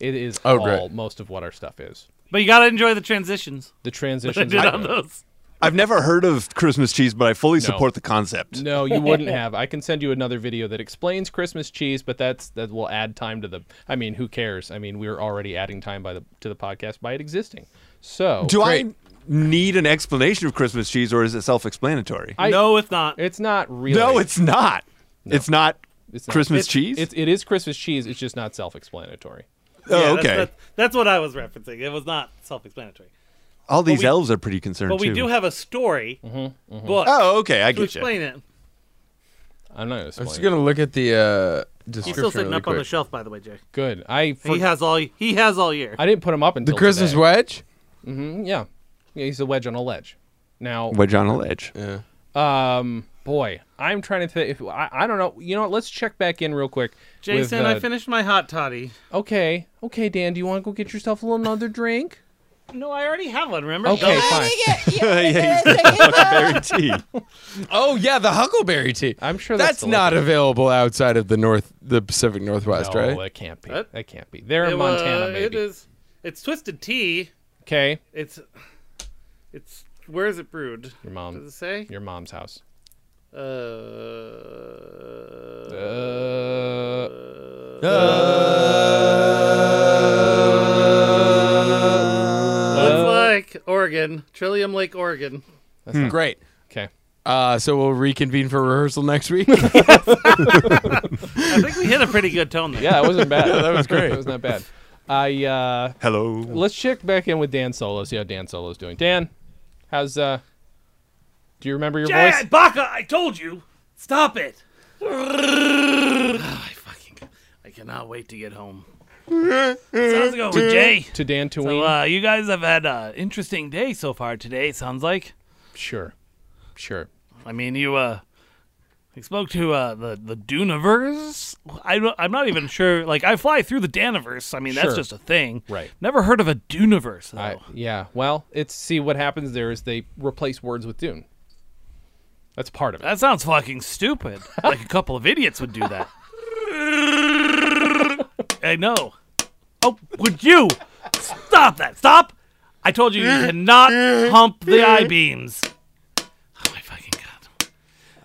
it is
Oh,
all
great.
most of what our stuff is.
But you gotta enjoy the transitions.
The
I
transitions.
did
are
on
good.
those.
I've never heard of Christmas cheese, but I fully support the concept.
No, you wouldn't have. I can send you another video that explains Christmas cheese, but that's that will add time to the. I mean, who cares? I mean, we're already adding time by the to the podcast by it existing. So
Do
Great.
I need an explanation of Christmas cheese, or is it self-explanatory?
I-
no, it's not.
it's not really.
no, it's not. It's not
It's not.
Christmas
It's-
cheese.
It's it is Christmas cheese. It's just not self-explanatory.
oh,
Yeah,
okay.
That's, that's, that's what I was referencing. It was not self-explanatory.
All these
we-
elves are pretty concerned
But we
too.
do have a story
Mm-hmm,
book
oh, okay. I
to
get you.
explain it.
I'm not gonna
I'm
explain.
just
it.
gonna look at the uh, description.
He's still sitting
really
up on the
quick.
shelf, by the way, Jay.
Good. I for,
He has all. He has all year.
I didn't put him up until
The Christmas
today.
wedge.
Yeah, yeah. He's a wedge on a ledge. Now,
Wedge on a ledge.
Yeah.
um, boy, I'm trying to. Th- if, I, I don't know. You know what? Let's check back in real quick. with,
Jason,
uh,
I finished my hot toddy.
Okay, okay, Dan. Do you want to go get yourself a little another drink?
No, I already have one. Remember?
Okay, fine.
yeah, he's got the fucking berry tea.
Oh yeah, the huckleberry tea.
I'm sure that's
that's,
the
not available outside of the north, the Pacific Northwest,
no,
right?
it can't be.
What?
That can't be. They're
It
in Montana,
wa- It
maybe.
is. It's twisted tea.
Okay,
It's. It's where is it brewed? Does
your
it
mom,
say?
your mom's house.
Uh,
Uh,
looks like Oregon, Trillium Lake, Oregon.
Hmm. Great.
okay.
Uh, so we'll reconvene for rehearsal next week.
I think we hit a pretty good tone there.
Yeah, that wasn't bad. that was great. That was not bad. I uh,
Hello.
let's check back in with Dan Solo. See how Dan Solo's doing. Dan, how's uh? Do you remember your
Jay
voice?
Baca, I told you, stop it. I fucking, I cannot wait to get home. So how's it going with Jay?
To Dan Tween?
So, uh, you guys have had an interesting day so far today. Sounds like.
sure, sure.
I mean, you uh, I spoke to uh the the Duniverse. I don't- I'm not even sure. Like, I fly through the Daniverse. I mean,
Sure.
that's just a thing.
Right.
Never heard of a Duniverse though.
I, yeah. Well, it's see what happens there is they replace words with Dune. That's part of it.
that sounds fucking stupid. like a couple of idiots would do that. I know. Oh, would you stop that? Stop! I told you you cannot hump the I beams. Oh my fucking god!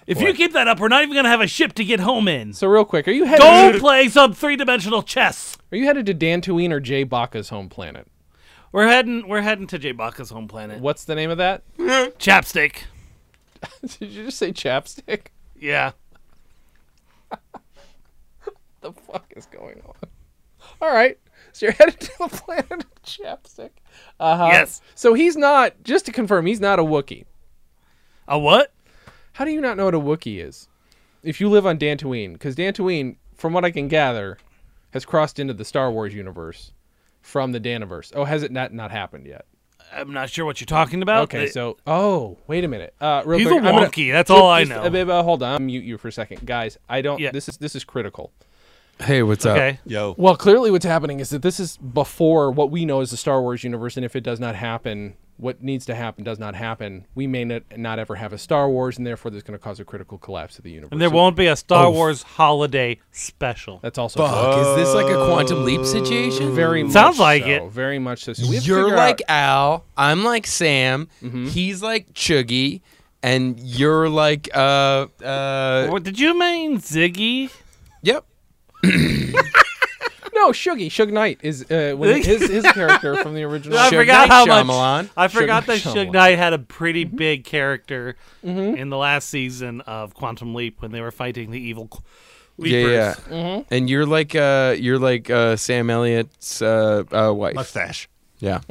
If you keep that up, we're not even gonna have a ship to get home in.
So real quick, are you headed?
Go play some three dimensional chess.
Are you headed to Dan Tween or Jay Baca's home planet?
We're heading we're heading to Jay Baca's home planet.
What's the name of that?
Chapstick.
Did you just say chapstick?
Yeah.
the fuck is going on? All right. So you're headed to the planet of chapstick. Uh-huh.
Yes.
So he's not, just to confirm, he's not a Wookiee.
A what?
How do you not know what a Wookiee is? If you live on Dantooine, because Dantooine, from what I can gather, has crossed into the Star Wars universe from the Daniverse. Oh, has it not not happened yet?
I'm not sure what you're talking about.
Okay,
It-
so oh, wait a minute. Uh, real
He's
quick,
a
I'm gonna-
wonky, that's all I
just-
know.
uh, babe, uh, hold on, I'll mute you for a second, guys. I don't.
Yeah.
This is this is critical.
Hey, what's
uh,
Okay.
Yo.
Well, clearly, what's happening is that this is before what we know as the Star Wars universe, and if it does not happen, what needs to happen does not happen. We may not, not ever have a Star Wars, and therefore, that's going to cause a critical collapse of the universe.
And there won't be a
Oh.
Star Wars holiday special.
That's also
Fuck, is this like a quantum leap situation?
very much
Sounds like
so,
it.
Very much so. so we have to
You're
figure
like
out- Mm-hmm.
Al, I'm like Sam, he's like Chuggy, and you're like uh uh
What- Did you mean Ziggy?
Yep.
no Shuggy. Shug Knight is uh, when his his character from the original.
I
Suge
forgot
Knight
how much.
Shyamalan.
I forgot
Suge
that
Knight
Suge
Shyamalan. Mm-hmm.
Knight had a pretty big character in the last season of Quantum Leap when they were fighting the evil qu- leapers.
Yeah, yeah. And you're like uh you're like uh Sam Elliott's uh, uh wife.
Mustache.
Yeah.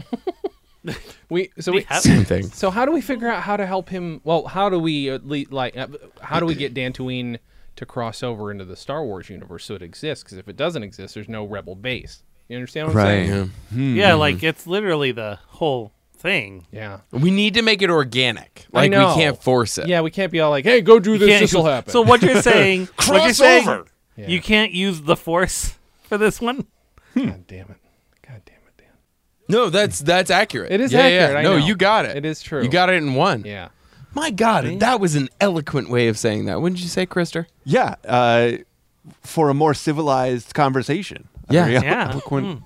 We so
We
we.
have-
Same thing.
So how do we figure out how to help him? Well, how do we at least, like uh, how do we get Dantooine to cross over into the Star Wars universe so it exists? Because if it doesn't exist, there's no Rebel base. You understand what I'm saying?
Yeah.
yeah, like it's literally the whole thing.
Yeah.
We need to make it organic. Like
know.
we can't force it.
Yeah, we can't be all like, "Hey, go do
You
this.
can't
This will
use-
happen."
So what you're saying? what you're saying?
Crossover.
Yeah.
You can't use the Force for this one.
God damn it! God damn it, Dan.
No, that's that's accurate.
It is
yeah,
accurate,
Yeah.
I
no,
know.
you got it.
It is true.
You got it in one.
Yeah.
My God, that was an eloquent way of saying that. Wouldn't you say, Krister?
Yeah. Uh, for a more civilized conversation.
Yeah.
There you go.
Yeah.
Eloquent.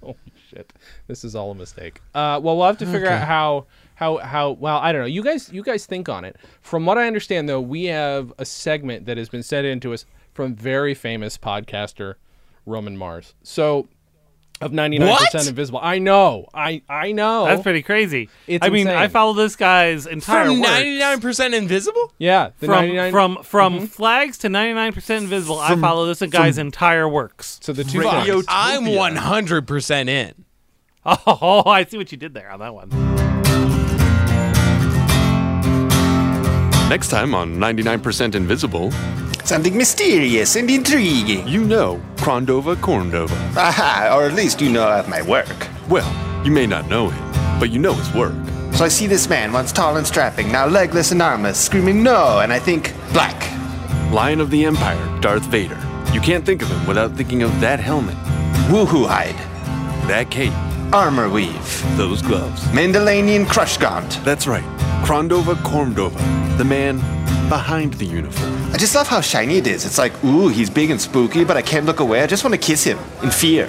Holy shit! This is all a mistake. Uh, well, we'll have to figure out how how how. Well, I don't know. You guys, you guys think on it. From what I understand, though, we have a segment that has been set into us from very famous podcaster Roman Mars. So. Of ninety nine
What?
percent invisible. I know. I I know.
That's pretty crazy.
Oh. It's
I mean, I
insane.
follow this guy's entire
From
work.
ninety nine percent invisible?
yeah. The
from
99
from from
Mm-hmm.
flags to 99% invisible i follow this guy's entire works
so the two
Fuck,
things.
I'm one hundred percent in.
oh i see what you did there on that one
Next time on 99% Invisible,
Something mysterious and intriguing.
you know Krondova Korndova.
Aha, or at least you know of my work.
Well, you may not know him, but you know his work.
So I see this man, once tall and strapping, now legless and armless, screaming no, and I think, black.
Lion of the Empire, Darth Vader. You can't think of him without thinking of that helmet,
Woohoo hide.
that cape,
Armor weave.
those gloves.
Mandalanian crush gaunt.
That's right, Krondova Korndova, the man behind the uniform.
I just love how shiny it is. It's like, ooh, he's big and spooky, but I can't look away. I just want to kiss him in fear.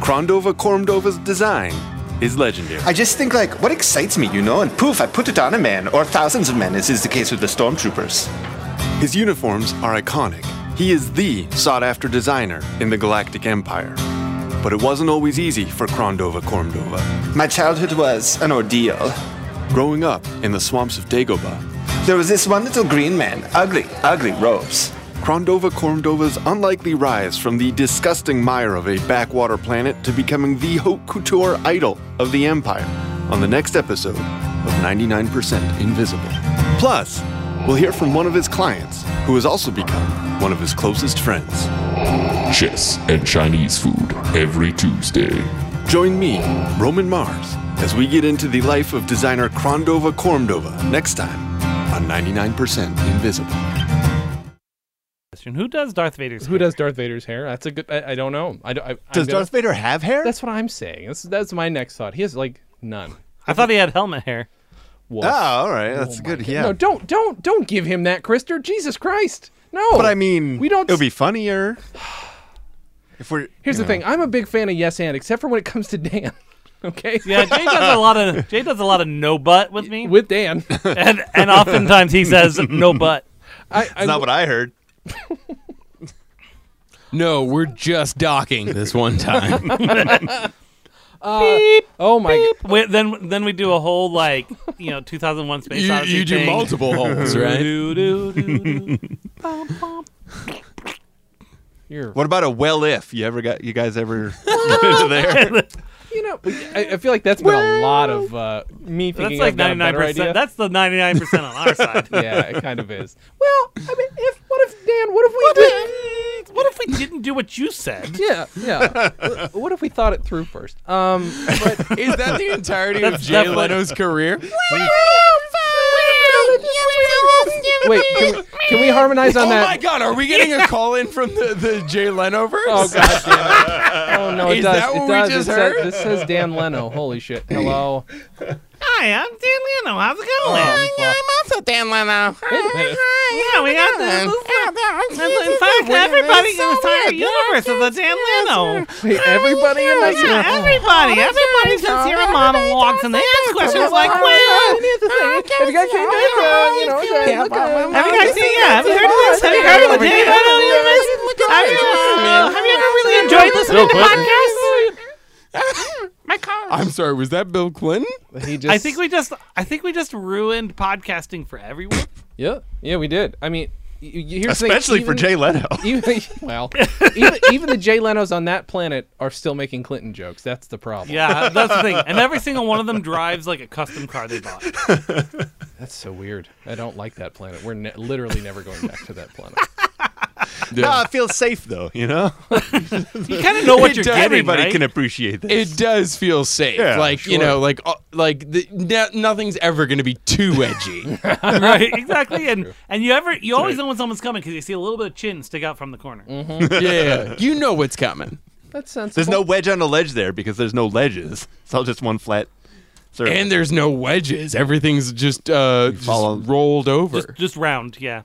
Krondova Korndova's design is legendary.
I just think, like, what excites me, you know? And poof, I put it on a man, or thousands of men, as is the case with the stormtroopers.
His uniforms are iconic. He is the sought after designer in the Galactic Empire. But it wasn't always easy for Krondova Korndova.
My childhood was an ordeal.
Growing up in the swamps of Dagobah,
There was this one little green man, ugly, ugly robes.
Krondova Korndova's unlikely rise from the disgusting mire of a backwater planet to becoming the haute couture idol of the Empire on the next episode of 99% Invisible. Plus, we'll hear from one of his clients, who has also become one of his closest friends.
chess and Chinese food every Tuesday.
Join me, Roman Mars, as we get into the life of designer Krondova Kormdova next time on 99% Invisible.
question who does darth vader's
Who does Darth Vader's hair? That's a good. I, I don't know. I, don't- I, I'm
Does
gonna-
Darth Vader have hair?
That's what I'm saying. That's that's my next thought. He has like none.
i thought he had helmet hair
Wolf.
oh,
Ah,
all right. That's
my
good.
God.
Yeah.
No, don't don't don't give him that, Krister. Jesus Christ. No.
but I mean,
we don't.
It'll be funnier if we're.
Here's the thing. I'm a big fan of Yes and, except for when it comes to Dan. Okay.
yeah jay does a lot of jay does a lot of no butt with me
With Dan, I,
and, and oftentimes he says no butt
I,
That's not what I heard.
No, we're just docking this one time.
oh my god,
Wait, then then we do a whole like you know 2001 space
you,
Odyssey
you do
thing.
multiple holes, right?
Do, do, do, do.
you're
What about a well if? You ever got you guys ever been there?
you know. I, I feel like that's been a lot of uh, me
that's
thinking
like
I've got a better
99%
idea.
that's the 99% on our side
yeah, it kind of is. Well, I mean, if what if Dan? What if we did?
what if we didn't do what you said
Yeah, yeah. Wh- what if we thought it through first? Um, but
Is that the entirety of
That's
Jay
definitely-
Leno's career?
wait, can we, Can we harmonize on
oh
that?
my God, are we getting a call in from the, the Jay Lenoverse?
Oh god damn it! Oh no, it
Is
does.
that
it
what we
does.
just
it
heard?
Says, this says Dan Leno. Holy shit! Hello.
Hi, I'm Dan Leno. How's it going?
I'm also Dan Leno.
yeah, we got the move. In fact, everybody in the entire universe is a Dan Leno.
Wait, everybody in this
Yeah, everybody. Everybody sits here and monologues and they ask questions like, well,
Have you guys seen this? Uh, you know, it's, uh, look, uh,
have you guys seen, yeah, have you heard of this? Have you heard of the Dan Leno universe? Have you, uh, have you ever really enjoyed listening to podcasts?
I'm sorry, was that Bill Clinton?
He just,
I think we just, I think we just ruined podcasting for everyone.
Yeah, yeah, we did. I mean, y- y- here's the thing,
especially for
even-
Jay Leno.
Even, well, even, even the Jay Leno's on that planet are still making Clinton jokes. That's the problem.
Yeah, that's the thing. And every single one of them drives like a custom car they bought.
That's so weird. I don't like that planet. We're ne- literally never going back to that planet.
No, it feels safe though, you know.
You kind of know what you're getting.
Everybody
right?
can appreciate that.
It does feel safe.
Yeah,
like you know, like uh, like the, no- nothing's ever going to be too edgy.
right, exactly. And and you ever you always know when someone's coming because you see a little bit of chin stick out from the corner.
yeah, you know what's coming.
That's sensible.
There's no wedge on the ledge there because there's no ledges. It's all just one flat. Surface.
And there's no wedges. Everything's just uh just
follow-
rolled over.
Just just round, yeah.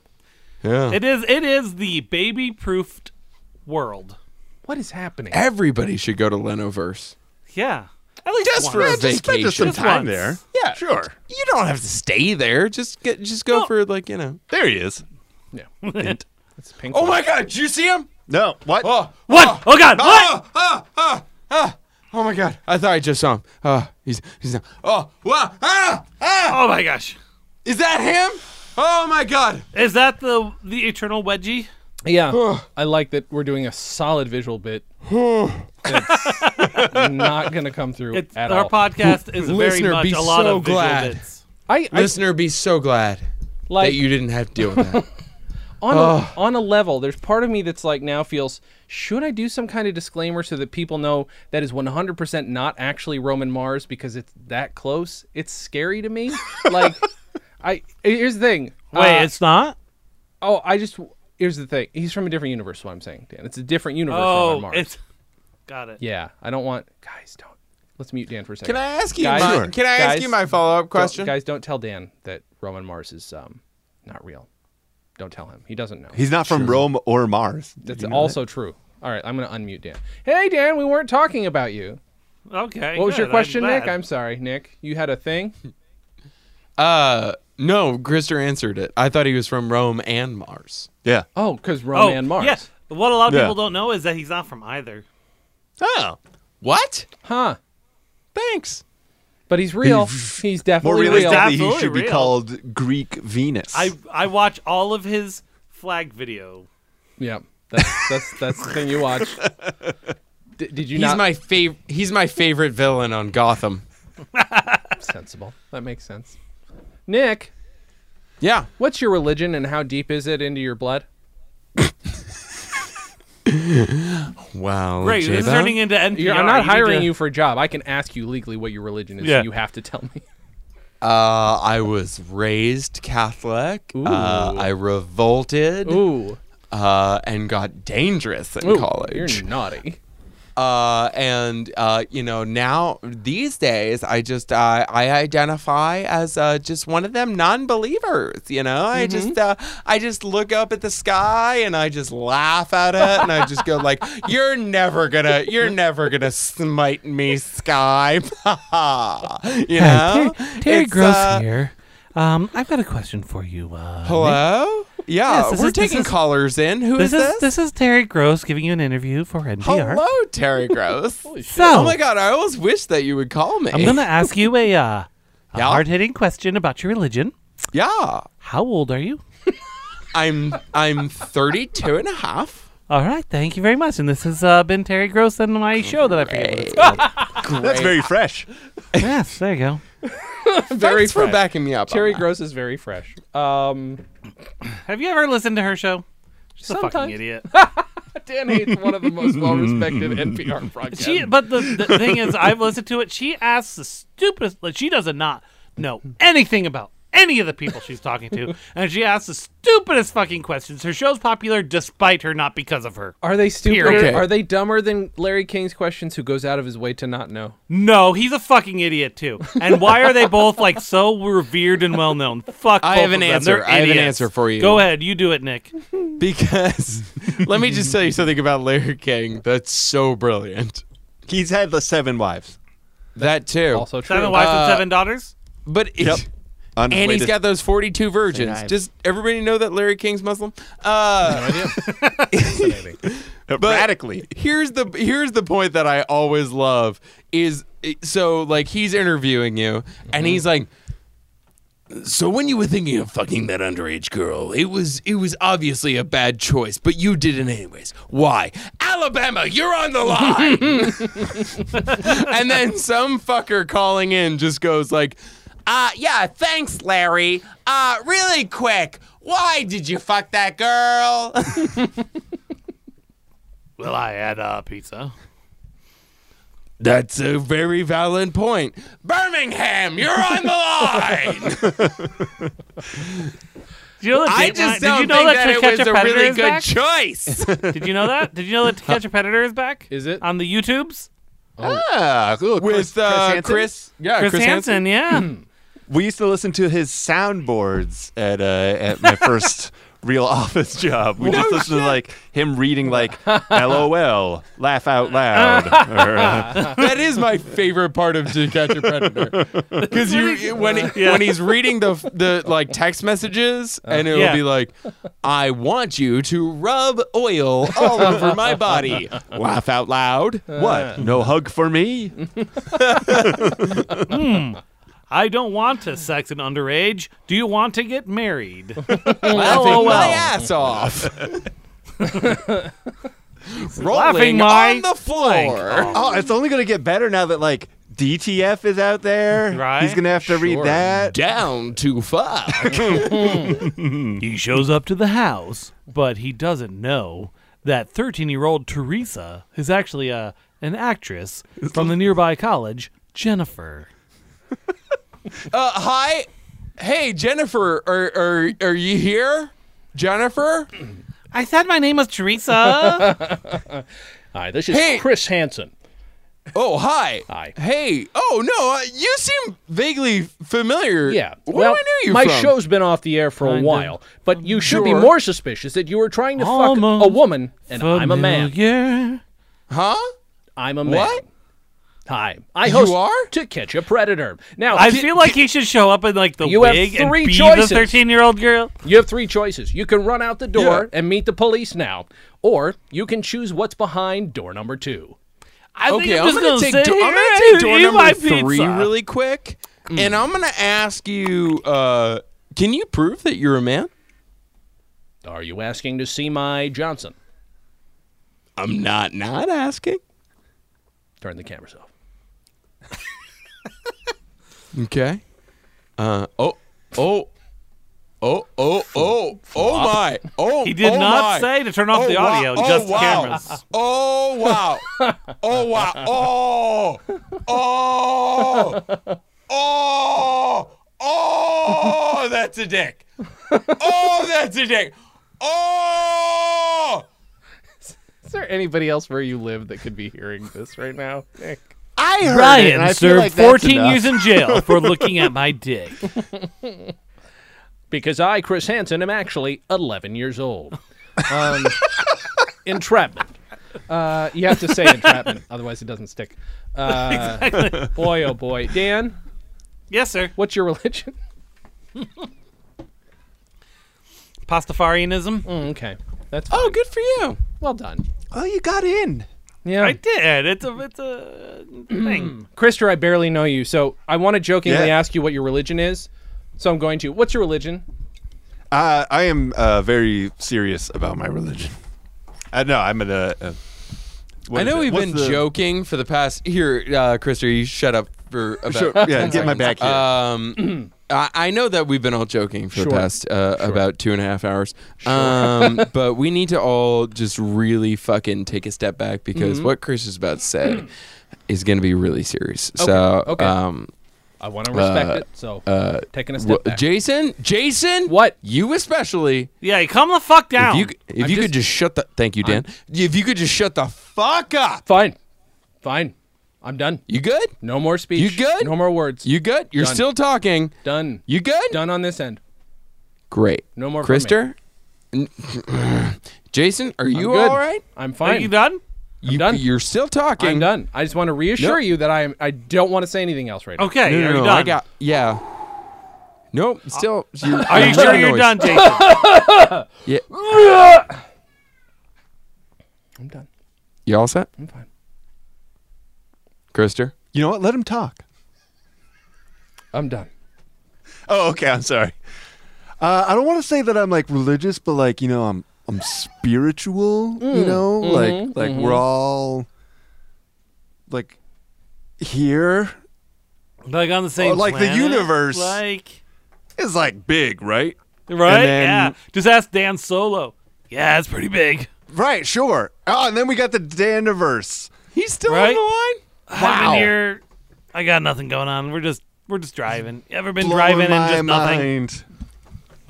yeah.
It is it is the baby proofed world.
What is happening?
Everybody should go to Lenoverse.
Yeah. At least
Just
once.
for a
Yeah, just spend
vacation.
us some
Just
time
once.
there.
Yeah.
sure.
You don't have to stay there. Just get just go
No.
for like, you know.
There he is.
It's pink.
Oh my god, did you see him?
No, what?
Oh.
What? Oh god, what?
Oh, oh, oh, oh, oh my god. I thought I just saw him. Oh, he's he's not. Oh, wow. Ah, ah.
Oh my gosh.
Is that him? Oh my god.
Is that the the eternal wedgie?
Yeah, I like that we're doing a solid visual bit. it's not gonna come through
It's,
at
our
all.
podcast is very
Listener,
much
be
a lot
so
of visual
glad.
bits.
I, I
Listener, be so glad
like
that you didn't have to deal with that.
on a, on a level. There's part of me that's like now feels should I do some kind of disclaimer so that people know that is 100% not actually Roman Mars because it's that close. It's scary to me. like I here's the thing.
Wait,
Uh,
it's not?
oh I just here's the thing. He's from a different universe. is What I'm saying, Dan. It's a different universe. Roman
Oh,
Mars.
it's got it.
yeah. I don't want guys. Don't let's mute Dan for a second.
Can I ask you?
Guys-
my,
Sure.
Can I ask
Guys-
you my follow-up
Don't-
question?
guys, don't tell Dan that Roman Mars is um, not real. Don't tell him. He doesn't know.
He's not from Rome or Mars.
That's also true. All right, I'm going to unmute Dan. Hey, Dan, we weren't talking about you.
Okay.
What was your
good, I'm
question,
glad.
Nick? I'm sorry, Nick. You had a thing?
Uh, no. Grister answered it. I thought he was from Rome and Mars.
Yeah.
Oh, because
oh,
Roman Mars.
Yeah. What a lot of
Yeah.
people don't know is that he's not from either.
Oh.
What?
Huh.
Thanks.
But he's real. he's
Oh,
More
definitely real.
realistically, he
Absolutely
should be
real.
called Greek Venus.
I I watch all of his flag video.
Yeah. That's, that's, that's the thing you watch. D- did you
He's
not?
my favorite. He's my favorite villain on Gotham.
Sensible. That makes sense. Nick,
Yeah.
what's your religion and how deep is it into your blood?
Wow.
Great, this is turning into NPR.
You're, I'm not
need
hiring
to-
you for a job. I can ask you legally what your religion is.
E Yeah.
You have to tell me.
Uh, I was raised Catholic. Uh, I revolted.
Ooh,
Uh, and got dangerous in college.
You're naughty.
uh, and uh, you know now these days I just uh, I identify as uh, just one of them non-believers. You know, I
Mm-hmm.
just uh, I just look up at the sky and I just laugh at it and I just go like, "You're never gonna, you're never gonna smite me, sky." you know, It's, uh,
here. Um, I've got a question for you. Uh,
Hello. Yeah,
Yes, this
we're
is- this
taking
is-
callers in. Who is
This
this?
is this is Terry Gross giving you an interview for NPR.
Hello, Terry Gross.
So
oh my God, I almost wish that you would call me.
I'm gonna ask you a, uh,
Ah.
a
Yeah?
hard-hitting question about your religion.
yeah.
How old are you?
I'm I'm 32 and a half.
All right, thank you very much. And this has uh, been Terry Gross and my show that I forget what it's called.
That's very fresh.
yes, there you go.
Very Thanks for backing me up. on
Terry
that.
Gross is very fresh. Um,
Have you ever listened to her show? She's a fucking
Sometimes.
idiot.
Dan Hayes, one of the most well-respected NPR broadcasts.
She, but the, the thing is, I've listened to it. She asks the stupidest. Like she does not know anything about any of the people she's talking to, and she asks the stupidest fucking questions. Her show's popular despite her, not because of her.
Are they stupid?
Period.
Are they dumber than Larry King's questions who goes out of his way to not know?
No, he's a fucking idiot too. And why are they both like so revered and well known? Fuck.
I
both
have an
of them.
answer.
They're
I have an
idiots.
answer for you.
Go ahead, you do it, Nick.
Because let me just tell you something about Larry King that's so brilliant.
He's had the seven wives.
That too.
Also true. Uh,
Seven wives
Uh,
and seven daughters.
but it,
On his
and
way
he's
to-
got those 42 virgins.
I've-
Does everybody know that Larry King's Muslim? Uh, but
radically.
Here's the here's the point that I always love is so like he's interviewing you and he's like so when you were thinking of fucking that underage girl, it was it was obviously a bad choice, but you did it anyways. Why? Alabama, you're on the line. and then some fucker calling in just goes like, uh, yeah, thanks, Larry. Uh, really quick, why did you fuck that girl?
Well, I had
uh,
a pizza.
That's a very valid point. Birmingham, you're on the line.
Did you know that
I
Dateline-
just
did
don't
you know
think
that,
that,
To Catch
it was a
Predator
really
is
good
back?
choice.
Did you know that? Did you know that To Catch a Predator is back?
Is it?
on the YouTubes?
Ah, cool. Chris,
With uh,
Hansen?
Chris, yeah,
Chris, Hansen, yeah.
Hmm.
We used to listen to his soundboards at uh, at my first real office job. We just listened to like him reading like LOL, laugh out loud. or, uh,
that is my favorite part of To Catch a Predator because you when he- when he's reading the the like text messages and it'll
Yeah.
be like, "I want you to rub oil all over my body." Laugh out loud.
what? No hug for me?
Mm,
I don't want to sex an underage. Do you want to get married?
laughing my
LOL.
ass off.
Laughing
Rolling
my
on the floor.
Oh, it's only gonna get better now that like DTF is out there.
Right?
He's gonna have to read that.
Down to fuck.
He shows up to the house, but he doesn't know that 13 year old Teresa is actually a, an actress from the nearby college, Jennifer.
Uh, hi. Hey, Jennifer, are, are, are you here? Jennifer?
I said my name was Teresa.
Hi, this is
Hey.
Chris Hansen.
Oh, hi.
Hi.
Hey. Oh, no. Uh, you seem vaguely familiar.
Yeah.
Where
well,
do I know you
my
from?
show's been off the air for a
Kinda.
while, but you should be
Sure.
more suspicious that you were trying to fuck a
Almost
woman, and I'm a man.
Familiar.
Huh?
I'm a man.
What?
Hi, I host
are?
To Catch a Predator. Now,
I feel like he should show up in like the
You have
wig and
three
be
choices.
the 13 year old girl.
you have three choices. You can run out the door and meet the police now, or you can choose what's behind door number two.
I think
Okay,
I'm
I'm,
just
gonna
gonna
take,
say,
do- I'm gonna
"Here,
take door
eat my
number three
pizza."
really quick, and I'm gonna ask you: uh, Can you prove that you're a man?
Are you asking to see my Johnson?
I'm not not asking.
Turn the cameras off.
Okay. Uh oh oh oh oh oh oh my oh
He did
oh
not
my.
say to turn off
Oh,
the
wow.
audio,
Oh,
just the
wow.
cameras.
Oh wow oh wow oh oh oh oh that's a dick oh that's a dick oh
Is there anybody else where you live that could be hearing this right now, Nick?
I heard it. And
Brian
I feel
served
like that's
14
enough.
years in jail for looking at my dick.
Because I, Chris Hansen, am actually 11 years old. Um, entrapment. Uh, you have to say entrapment, otherwise it doesn't stick. Uh, Boy, oh boy. Dan,
Yes, sir.
what's your religion?
Pastafarianism.
Mm, okay. That's
oh good for you
well done.
Oh, you got in.
Yeah.
I did. It's a it's a thing.
Krister, I barely know you, so I want to jokingly
Yeah.
ask you what your religion is. So I'm going to. What's your religion?
Uh, I am uh, very serious about my religion. I know I'm gonna. Uh, what
I
is
know
it?
we've
What's
been
the-
joking for the past here uh Christopher you shut up for about
Sure, yeah, get my back here.
Um, I, I know that we've been all joking for the past uh, about two and a half hours, um, but we need to all just really fucking take a step back
Mm-hmm.
because what Chris is about to say is going to be really serious. So,
okay.
Um,
I want to respect it. So
uh,
taking a step
Wha-
back.
Jason, Jason,
What?
you especially?
Yeah, come the fuck
If
down.
you c- if
I'm
you
just-
could just shut the thank you, Dan. if you could just shut the fuck up.
fine, fine. I'm done.
You good?
No more speech.
You good?
No more words.
You good? You're
Done.
still talking.
done.
You good?
done on this end.
Great.
No more. from me.
Krister, N- Jason, are you
good.
all right?
I'm
Are
fine.
you done?
you,
done.
You're still talking.
I'm done. I just want to reassure
Nope.
you that I am. I don't want to say anything else right now.
Okay,
No, no,
are
no,
you done?
Oh, I got yeah. Nope. Still. you're-
are you
you're
sure
making
you're
noise.
done, Jason?
Yeah.
I'm done.
You all set?
I'm fine.
Krister?
You know what? Let him talk.
I'm done.
Oh, okay. I'm sorry. Uh, I don't want to say that I'm like religious, but like you know, I'm I'm spiritual.
Mm,
you know,
mm-hmm,
like like we're all like here
Like on the same
Or like the
planet?
universe.
Like
is like big, right?
right?
then-
yeah. Just ask Dan Solo. Yeah, it's pretty big.
Right. Sure. Oh, and then we got the Daniverse.
He's still
Right?
Wow.
I'm in here. I got nothing going on. We're just we're just driving. You ever been
Blowing
driving and
my
just nothing?
mind.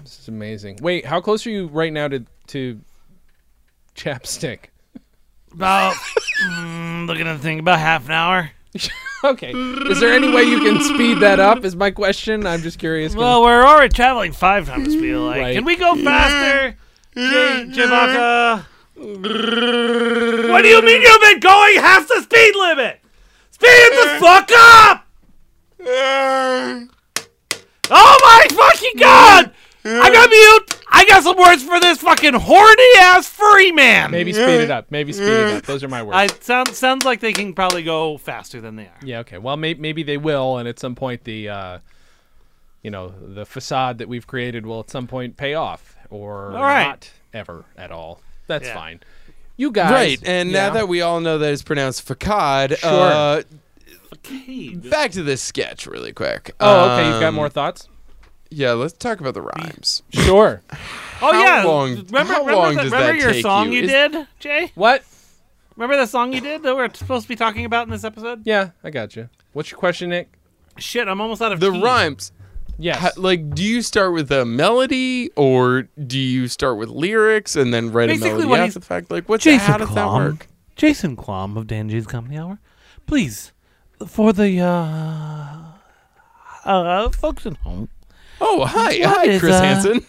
This is amazing. Wait, how close are you right now to to chapstick?
About mm, looking at the thing about half an hour.
Okay. Is there any way you can speed that up? Is my question. I'm just curious. 'cause-
Well, Oh, we're already traveling five times the speed. of light.
Right.
can we go faster? J- Chewbacca. what do you mean you've been going half the speed limit? Speed it the fuck up! Oh my fucking god! I got mute. I got some words for this fucking horny ass furry man.
maybe speed it up. Maybe speed it up. Those are my words.
I sound sounds like they can probably go faster than they are.
yeah. Okay. Well, may- maybe they will, and at some point the, uh, you know, the facade that we've created will at some point pay off, or
All right.
not ever at all. That's
Yeah.
fine. You guys.
Right. And
yeah.
now that we all know that it's pronounced facade,
Sure.
uh,
Okay.
back to this sketch really quick.
Oh, okay. You've got
Um,
more thoughts.
Yeah, let's talk about the rhymes.
Sure.
Oh
How
yeah.
long-
remember
how
remember,
long
the-
does
remember
that
your
take
song
you?
you,
Is-
did, Jay?
What?
Remember the song you did that we're supposed to be talking about in this episode?
Yeah. I got you. What's your question, Nick?
Shit, I'm almost out of
The
tea.
rhymes.
Yes.
ha- like, do you start with a melody or do you start with lyrics and then write
Basically
a
what
melody
he's-
after the fact? Like, what's
Jason
how does that
Klom.
work?
Jason Klom of Dan G's Company Hour, please, for the uh, uh, folks at home,
Oh, hi,
What
hi,
is,
Chris
uh,
Hansen.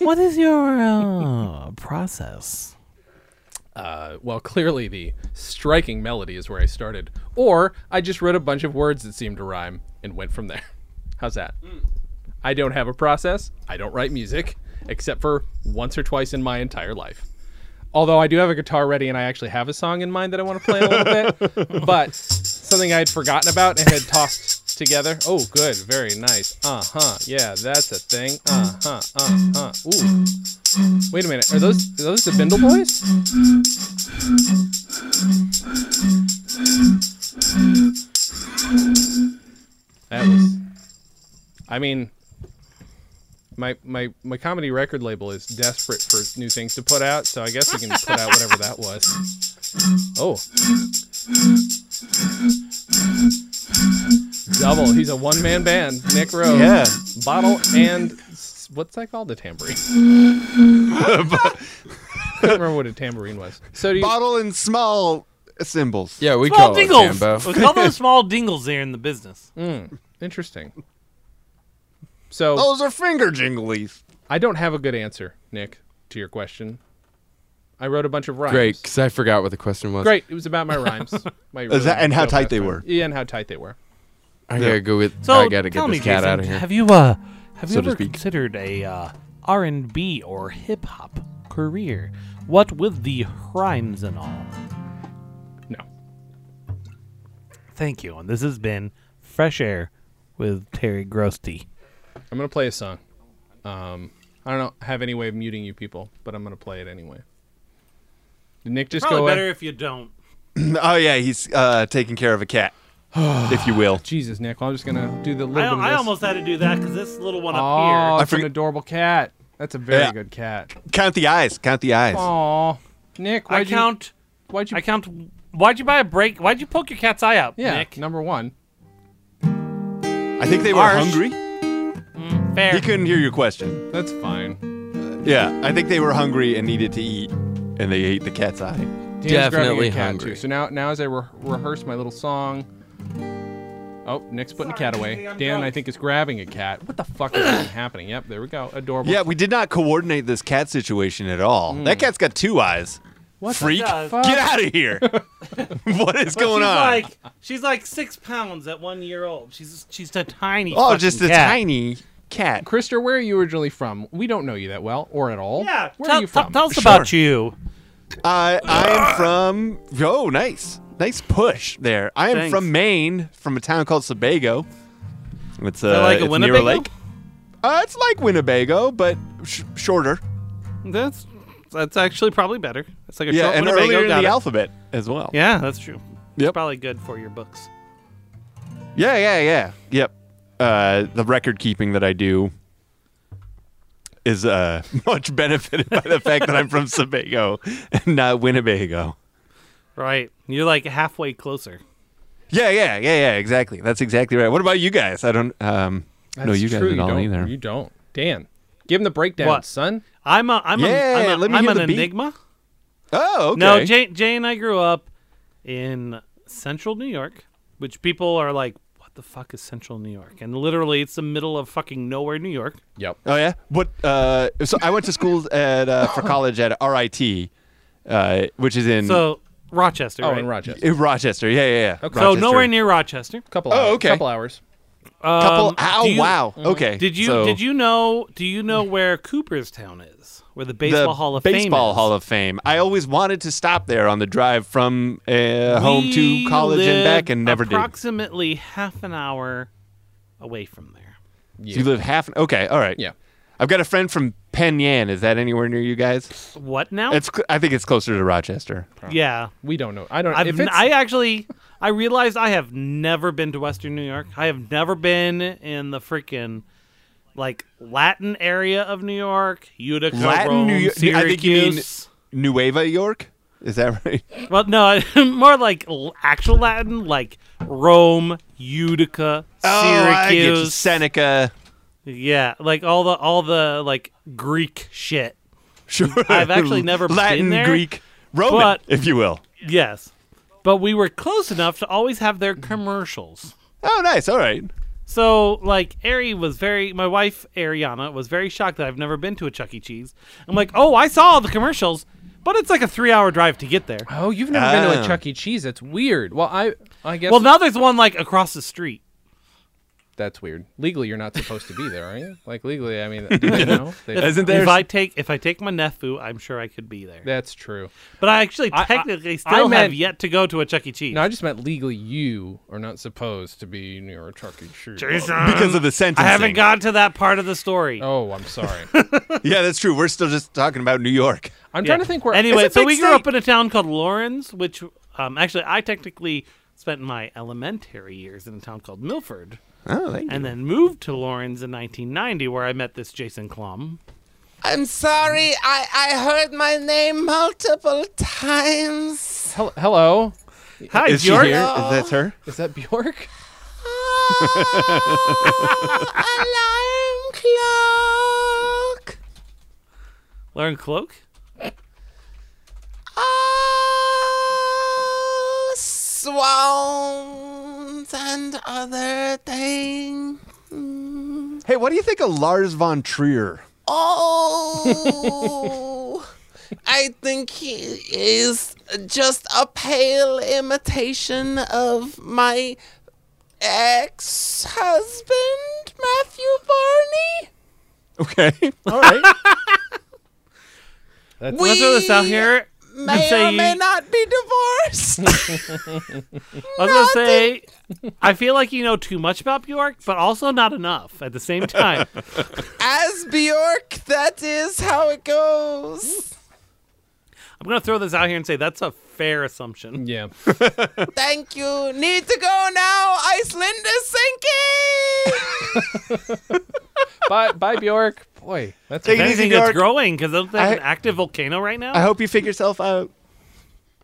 what is your uh, process?
uh, Well, clearly the striking melody is where I started. Or I just wrote a bunch of words that seemed to rhyme and went from there. How's that? I don't have a process. I don't write music, except for once or twice in my entire life. Although I do have a guitar ready and I actually have a song in mind that I want to play in a little bit, but something I had forgotten about and had tossed together. Oh, good. Very nice. Uh huh. Yeah, that's a thing. Uh huh. Uh huh. Ooh. Wait a minute. Are those are those the Bindle Boys? That was. I mean, my my my comedy record label is desperate for new things to put out, so I guess we can put out whatever that was. Oh. Double. He's a one man band. Nick Rose.
Yeah.
Bottle and s- what's that called? A tambourine. I can't remember what a tambourine was. So do you,
Bottle and small symbols.
Yeah, we
Small
call
dingles.
it Sambo.
We call those small dingles there in the business.
interesting. So
Those are finger jinglies.
I don't have a good answer, Nick, to your question. I wrote a bunch of rhymes.
Great, because I forgot what the question was.
Great. It was about my rhymes. My
Is that- and how tight they were.
Yeah, and how tight they were.
I gotta go with.
So
I gotta
tell
get this
me,
cat
Jason,
out of here.
Have you uh, have you
So to
ever
speak.
considered a uh, R and B or hip hop career? What with the rhymes and all.
No.
Thank you, and this has been Fresh Air with Terry Grosty.
I'm going to play a song. Um, I don't know, have any way of muting you people, but I'm going to play it anyway. Did Nick just go away?
if you don't.
Oh yeah, he's uh, taking care of a cat, if you will.
Jesus, Nick. Well, I'm just going to do the little
I,
bit of this.
almost had to do that because this little one up
Oh,
here.
it's an
forg-
adorable cat. That's a very
Yeah.
good cat.
Count the eyes. Count the eyes.
Oh, Nick,
I
why'd you,
count.
why'd you
I count. Why'd you buy a break? Why'd you poke your cat's eye out,
Yeah,
Nick?
number one.
I think they were
Harsh.
hungry.
Fair.
He couldn't hear your question.
That's fine.
Yeah, I think they were hungry and needed to eat, and they ate the cat's eye.
Dan's grabbing
Definitely
a cat
hungry.
Too. So now, now as I re- rehearse my little song. Oh, Nick's putting a cat away. Dan, I think, is grabbing a cat. What the fuck is even happening? Yep, there we go. Adorable.
Yeah, we did not coordinate this cat situation at all.
Hmm.
That cat's got two eyes. What Freak,
does?
get out of here. what is
But she's
going on?
Like, she's like six pounds at one year old. She's she's a tiny.
oh,
fucking
just a
cat.
tiny cat.
Krister, where are you originally from? We don't know you that well, or at all.
Yeah.
Where
tell,
are you from?
tell- tell us about you.
I I'm from oh nice nice push there. I am
Thanks.
from Maine, from a town called Sebago. It's uh,
that like a
it's near
Winnebago?
lake. Uh, it's like Winnebago, but sh- shorter.
That's that's actually probably better. It's like a
yeah,
short
and
Winnebago.
earlier in
got
the
it.
alphabet as well.
Yeah, that's true. It's
Yep.
probably good for your books.
yeah, yeah, yeah. Yep. Uh, the record keeping that I do is uh, much benefited by the fact that I'm from Sebago and not Winnebago.
Right. You're like halfway closer.
Yeah, yeah, yeah, yeah. Exactly. That's exactly right. What about you guys? I don't um,
That's
know you guys
true,
at all
don't,
either.
You don't. Dan, give him the breakdown,
What?
son.
I'm a I'm a,
Yeah,
I'm, a,
let me
am
hear
an
the beat.
enigma.
Oh, okay.
No, Jay, Jay and I grew up in central New York, which people are like, what the fuck is central New York? And literally, it's the middle of fucking nowhere, New York.
Yep.
Oh yeah. What? Uh, so I went to school at uh, for college at RIT, uh, which is in
So, Rochester.
Oh,
right?
in Rochester.
in Rochester. Yeah, yeah, yeah.
Okay.
So,
Rochester.
nowhere near Rochester.
Couple
Oh,
hours.
okay.
Couple hours.
Couple.
Um,
ow!
do you-
Oh, wow. Okay.
Did you
so
did you know do you know where Cooperstown is? Where the
The
baseball Hall of Fame
baseball
is?
Hall of Fame. I always wanted to stop there on the drive from uh, home to
We
college and back,
live
and never did.
Approximately half an hour away from there.
So you live half. Okay. All right.
Yeah.
I've got a friend from Penn Yan. Is that anywhere near you guys?
What now?
It's. cl- I think it's closer to Rochester.
yeah.
We don't know. I don't.
I've
if
n-
it's,
I actually I realized I have never been to Western New York. I have never been in the freaking like Latin area of New York, Utica,
Latin
Rome,
New York- I think you mean-
Syracuse.
Nueva York. Is that right?
Well, no, more like l- actual Latin, like Rome, Utica, Syracuse,
Oh, I get you. Seneca.
Yeah, like all the all the like Greek shit.
Sure.
I've actually never been
Latin,
there,
Greek, Roman,
but-
if you will.
Yes, but we were close enough to always have their commercials.
Oh, nice. All right.
So, like, Ari was very, my wife, Ariana, was very shocked that I've never been to a Chuck E. Cheese. I'm like, oh, I saw all the commercials, but it's like a three hour drive to get there.
oh, you've never been to
Ah.
a Chuck E. Cheese. That's weird. Well, I. I guess.
Well, now there's one, like, across the street.
that's weird. Legally, you're not supposed to be there, are you? Like legally, I mean, do they know? They-
Isn't there?
If I take if I take my nephew, I'm sure I could be there.
that's true.
But I actually
I-
technically
I
still have
meant-
yet to go to a Chuck E. Cheese.
No, I just meant legally, you are not supposed to be near a Chuck E. Cheese.
Jason,
because of the sentencing.
I haven't gotten to that part of the story.
Oh, I'm sorry.
Yeah, that's true. We're still just talking about New York.
I'm
Yeah.
trying to think where.
Anyway,
It's a
so
big
we grew
state.
up in a town called Lawrence, which um, actually I technically spent my elementary years in a town called Milford,
Oh, thank
and then moved to Lawrence in 1990, where I met this Jason Klum.
I'm sorry. I I heard my name multiple times.
Hel- hello,
Hi,
Is she
George.
here? Is that her?
is that Bjork?
Alarm clock.
Lauren Cloak.
Oh, swans and other things.
Hey, what do you think of Lars von Trier?
Oh, I think he is just a pale imitation of my ex husband, Matthew Barney.
Okay. All right.
Let's throw this out
We
here.
May
say
or
you-
may not be divorced.
I was gonna say, I feel like you know too much about Bjork, but also not enough at the same time.
As Bjork, that is how it goes.
I'm gonna throw this out here and say that's a fair assumption.
Yeah.
Thank you. Need to go now. Iceland is sinking.
bye, bye, Bjork. Boy, that's
Take
If
it easy,
anything, it's
Bjork.
growing because there's an
I-
active volcano right now.
I hope you figure yourself out.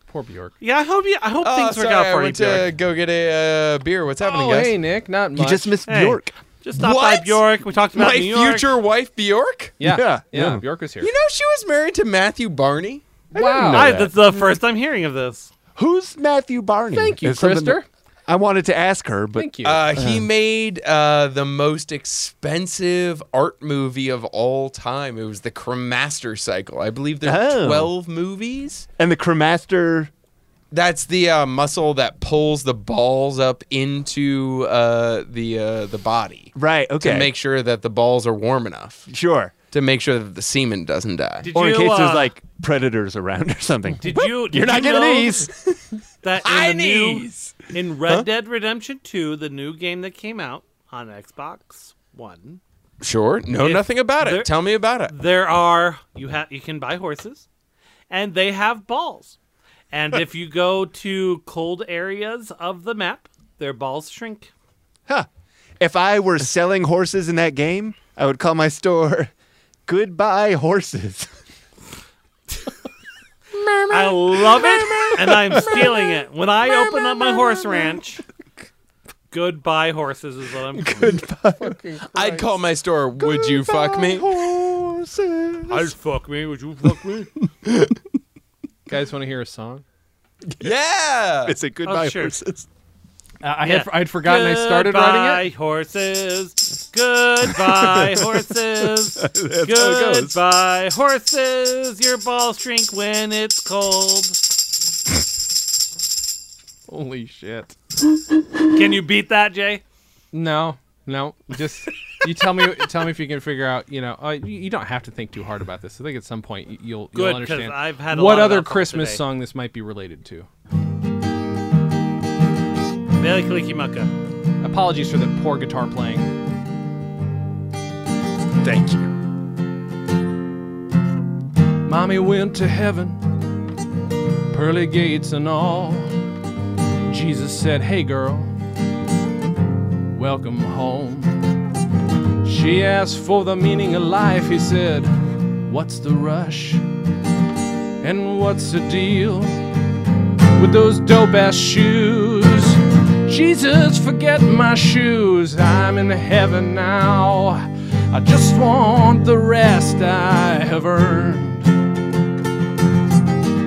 Poor Bjork.
Yeah, I hope you. I hope
Oh,
things work
sorry,
out
I
for you,
went to
Bjork.
go get a uh, beer. What's happening,
Oh,
guys?
hey, Nick. Not much.
You just missed
Hey.
Bjork.
Just stop by
What?
Bjork. We talked about
My
New York.
future wife, Bjork.
Yeah. Yeah.
Yeah,
yeah.
yeah.
Bjork was here.
You know she was married to Matthew Barney.
Wow.
I, that's the first I'm hearing of this.
Who's Matthew Barney?
Thank you,
It's something
Krister.
that I wanted to ask her, but
Thank you.
Uh,
Uh-huh.
he made uh, the most expensive art movie of all time. It was the Cremaster cycle. I believe there were
Oh.
twelve movies.
and the Cremaster.
That's the uh, muscle that pulls the balls up into uh, the uh, the body
Right. Okay.
to make sure that the balls are warm enough
sure.
to make sure that the semen doesn't die.
Did
Or
you,
in case
uh,
there's like predators around or something.
Did you? Did
You're
you
not getting
know
these.
That in
I
the new-
knees.
in Red Dead Redemption 2, the new game that came out on Xbox One,
Sure, know
If
nothing about
there-
it. Tell me about it.
there are you have you can buy horses, and they have balls, and if you go to cold areas of the map, their balls shrink.
If I were selling horses in that game, I would call my store "Goodbye Horses."
I love it, and I'm stealing it. When I open up my horse ranch, goodbye horses is what I'm.
I'd call my store. Would you fuck me?
Horses.
I'd fuck me. Would you fuck me?
guys want to hear a song?
Yeah.
Is it "Goodbye
Oh, sure.
Horses"?
Uh, I
Yeah.
had I'd forgotten I started writing it.
Goodbye, horses. Goodbye, horses. Goodbye, horses. Your balls shrink when it's cold.
Holy shit!
Can you beat that, Jay?
No, no. Just you tell me. Tell me if you can figure out. You know, uh, you, you don't have to think too hard about this. I think at some point you- you'll
Good,
you'll
'cause
understand.
I've had a
what
lot of
other
alcohol
Christmas
today.
song this might be related to?
Mele Kalikimaka.
Apologies for the poor guitar playing.
Thank you.
Mommy went to heaven, pearly gates and all. Jesus said, Hey girl, welcome home. She asked for the meaning of life. He said, What's the rush? And what's the deal with those dope ass shoes? Jesus, forget my shoes. I'm in heaven now. I just want the rest I have earned.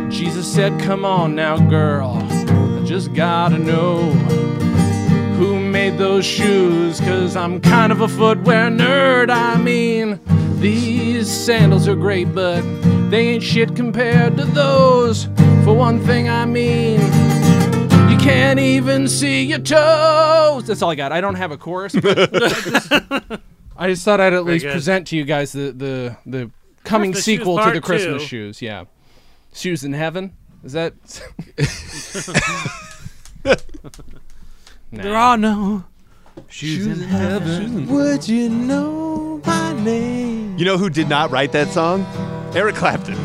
Jesus said, Come on now, girl. I just gotta know who made those shoes. Cause I'm kind of a footwear nerd. I mean, these sandals are great, but they ain't shit compared to those. For one thing, I mean, you can't even see your toes. That's all I got. I don't have a chorus. but I, just, I just thought I'd at least
good.
present to you guys the, the, the coming
Christmas shoes
sequel to
part
the Christmas
two.
shoes. Yeah. Shoes in Heaven? Is that. Nah.
are Oh, no shoes in
Would you know my name
You know who did not write that song? Eric Clapton.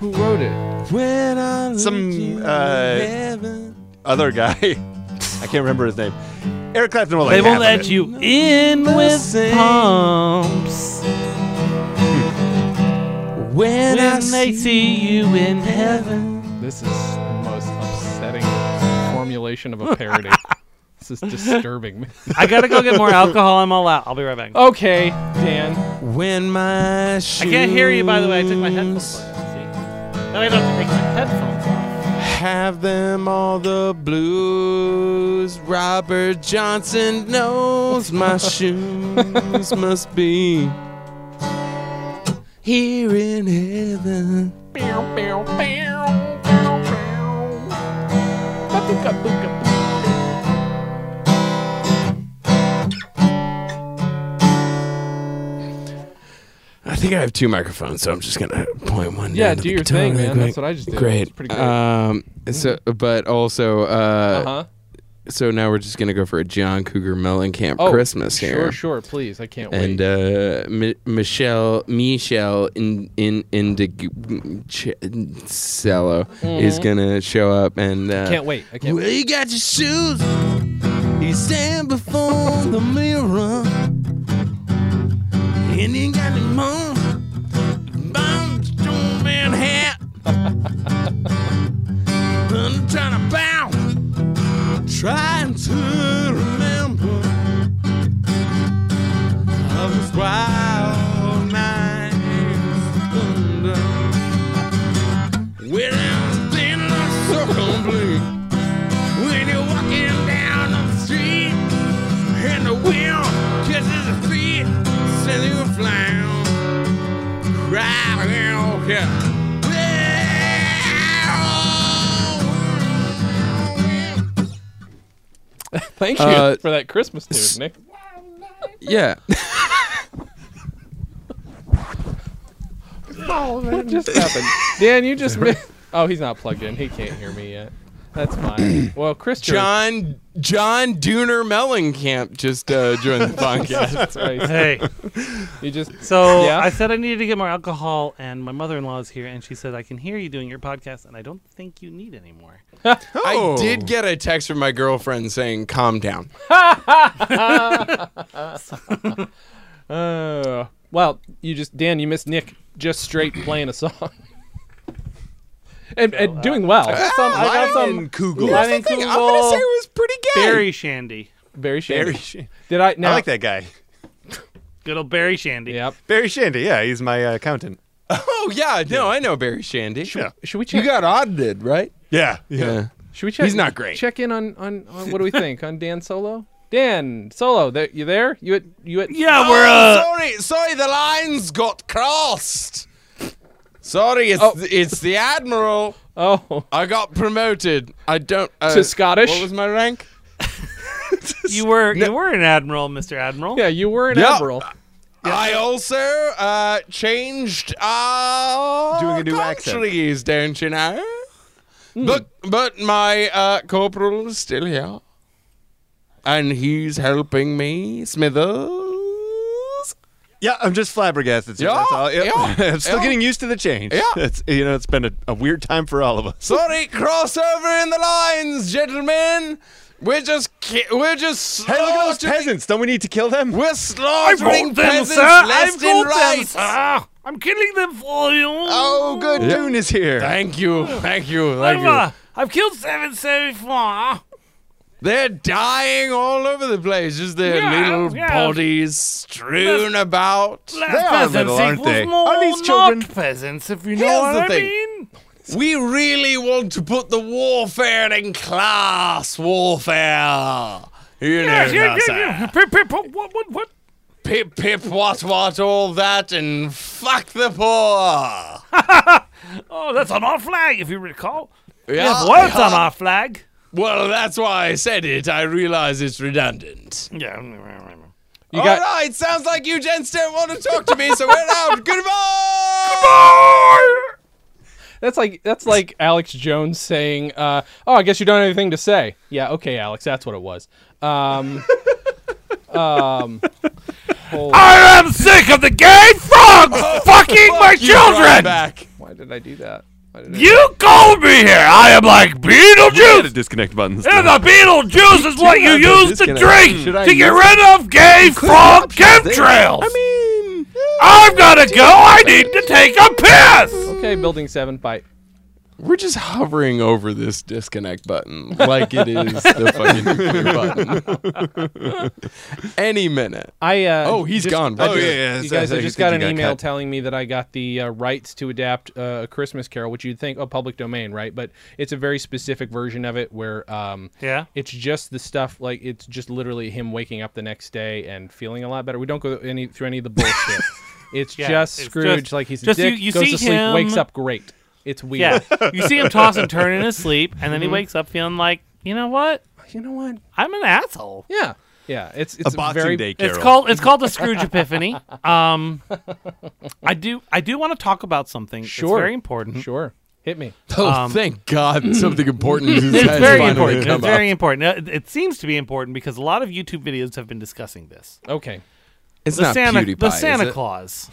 Who wrote it?
when I look
Some uh,
heaven?
other guy. I can't remember his name. Eric Clapton will like
They won't
half
let
of it.
you in with pumps
When I
when they see you in heaven.
This is the most upsetting formulation of a parody. this is disturbing me.
I gotta go get more alcohol. I'm all out. I'll be right back.
Okay, Dan.
when my shoes
I can't hear you, by the way. I took my headphones off. See? Now I don't have to take my headphones off.
have them all the blues. Robert Johnson knows my shoes must be here in heaven. I think I have two microphones, so I'm just gonna point one.
Yeah,
down to
do
the
your
guitar
thing,
real
man.
quick.
That's what I just did.
Great.
It's pretty great.
Um,
Mm-hmm.
so, but also, uh,
Uh huh.
so now we're just gonna go for a John Cougar Mellencamp
Oh,
Christmas
sure,
here,
Sure, please. I can't
and
wait.
uh, Mi- Michelle Michelle in in Indigo Ch- Cello is gonna show up, and uh,
Mm-hmm. can't wait. I can't
Well, you got your shoes. You stand before the mirror, and you got the moon. Bombs, man hat.
cloud nine thunder. When I'm thin, I'm so complete. When you're walking down the street and the wind catches your feet, send you flying. Right out here. Well,
Thank you
Uh,
for that Christmas tune, Nick.
Yeah.
What just happened? Dan, you just mi- Oh, he's not plugged in. He can't hear me yet. That's fine. Well, Chris Jer-
John John Dooner Mellencamp just uh, joined the podcast.
that's right.
Hey,
You just
so
Yeah?
I said I needed to get more alcohol, and my mother in law is here, and she said I can hear you doing your podcast, and I don't think you need any more.
I did get a text from my girlfriend saying, "Calm down."
Uh, well, you just Dan, you missed Nick just straight playing a song. And, and doing well. I got some. I got some.
Ah, Kugel.
Lion
I
and
think I'm gonna
Kugel.
say it was pretty good.
Barry Shandy,
Barry Shandy.
Barry, Shan-
Did I? Now,
I like that guy.
good old Barry Shandy.
Yep.
Barry Shandy. Yeah, he's my uh, accountant.
Oh yeah, no, I know Barry Shandy.
Yeah.
Should we check?
audited, right?
Yeah, yeah.
Yeah.
should we check?
he's not great.
Check in on on, on what do we think on Dan Solo? Dan Solo, there, you there? You at you at?
Yeah,
Oh,
we're uh,
sorry, sorry, the lines got crossed. Sorry, it's it's the admiral.
Oh,
I got promoted. I don't uh,
to Scottish.
What was my rank?
you were you were an admiral, Mister Admiral.
yeah, you were an
Yeah.
admiral.
I also uh, changed our
Doing a new accent. Hmm.
countries, don't you know? But but my uh, corporal is still here, and he's helping me, Smithers.
Yeah, I'm just flabbergasted. sir.
Yeah,
That's all.
yeah,
I'm still
yeah.
getting used to the change.
Yeah.
It's, you know, it's been a, a weird time for all of us.
Sorry, crossover in the lines, gentlemen. We're just ki- we're just
Hey, look at those
slaughtering-
peasants. Don't we need to kill them?
We're slaughtering peasants left and right.
I'm killing them for you.
Oh, good.
Dune is here.
Thank you, thank you, thank you.
uh, I've killed seven so far.
They're dying all over the place, just their
Yeah,
little
yeah.
bodies strewn about.
Less
are
peasants
little, aren't
equals
they?
More
Are these children-
not peasants, if you know
Here's
what
the
I
thing.
mean?
We really want to put the warfare in class warfare. You know,
Yes, yeah,
sir.
yeah, yeah. Pip, pip, pop, what, what, what?
pip, pip, what, what, all that, and fuck the poor.
Oh, that's on our flag, if you recall.
Yeah,
Well, it's on our flag.
Well, that's why I said it. I realize it's redundant.
Yeah.
You got.
All right, sounds like you gents don't want to talk to me, so we're out. Goodbye.
That's like that's like Alex Jones saying, uh, "Oh, I guess you don't have anything to say." Yeah, okay, Alex, that's what it was. Um,
I am sick of the gay frogs
Oh,
fucking my
Right
children.
back.
why did I do that? Why did I-
You called me here. I am like
We gotta
Beetlejuice.
disconnect buttons.
And the Beetlejuice is what you
have those
use to
disconnects.
drink
Should I
to get
use-
rid of gay frog chemtrails. Ah! I mean, I've got to go. I need to take a piss.
Okay, building seven, bye.
We're just hovering over this disconnect button like it is the fucking nuclear button. Any minute.
I uh,
Oh, he's
just-
gone.
Oh, yeah, yeah.
You
that's-
guys, I
that's-
just
think
got
you
an email
cut.
telling me that I got the uh, rights to adapt uh, a Christmas Carol, which you'd think, oh, public domain, right? But it's a very specific version of it where, um,
Yeah.
it's just the stuff like it's just literally him waking up the next day and feeling a lot better. We don't go any through any of the bullshit. it's
Yeah,
just
it's
Scrooge,
just-
like he's a
just you-
dick,
you
goes
see
to sleep, wakes
him-
up great. It's weird.
Yeah, you see him toss and turn in his sleep, and
Mm-hmm.
then he wakes up feeling like, you know what?
you know what?
I'm an asshole.
Yeah, yeah. It's
a
it's
boxing
very
day carol.
It's called it's called the Scrooge Epiphany. Um, I do I do want to talk about something.
Sure.
it's very important.
Sure, hit me.
Oh, thank God something important is
Um, It's
has
very
finally
important.
come
It's
up.
very important. Now, It it seems to be important because a lot of YouTube videos have been discussing this.
Okay.
It's
The
not
Santa,
PewDiePie,
the
is
Santa
it?
Claus,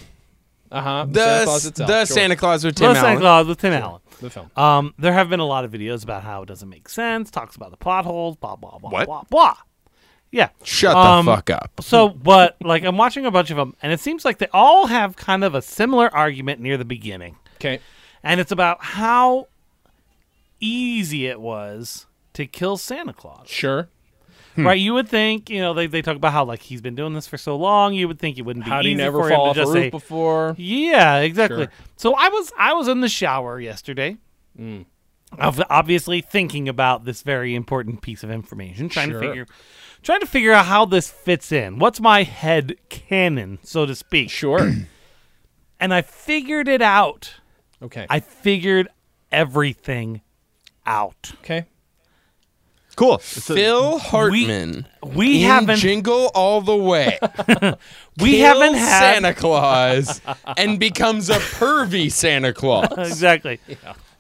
Uh huh.
The,
Santa Claus
s-
itself.
the
sure.
Santa Claus with Tim
the Santa
Allen.
Claus with Tim Allen.
The film.
Um, there have been a lot of videos about how it doesn't make sense. Talks about the plot holes. Blah blah blah
What?
blah blah. Yeah.
Shut
Um,
the fuck up.
So, but like I'm watching a bunch of them, and it seems like they all have kind of a similar argument near the beginning.
Okay.
and it's about how easy it was to kill Santa Claus.
Sure.
Right? You would think, you know, they, they talk about how like he's been doing this for so long. You would think it wouldn't be
How do you
easy
never
for
fall
him
off
to
a
just
roof
say,
before?
Yeah, exactly.
Sure.
So I was I was in the shower yesterday. Ob- Obviously thinking about this very important piece of information, trying
Sure.
to figure trying to figure out how this fits in. What's my head canon, so to speak?
Sure.
And I figured it out.
okay.
I figured everything out.
okay.
Cool.
Phil Hartman.
We
in
haven't
jingle all the way.
we
Kills
haven't had
Santa Claus and becomes a pervy Santa Claus.
exactly.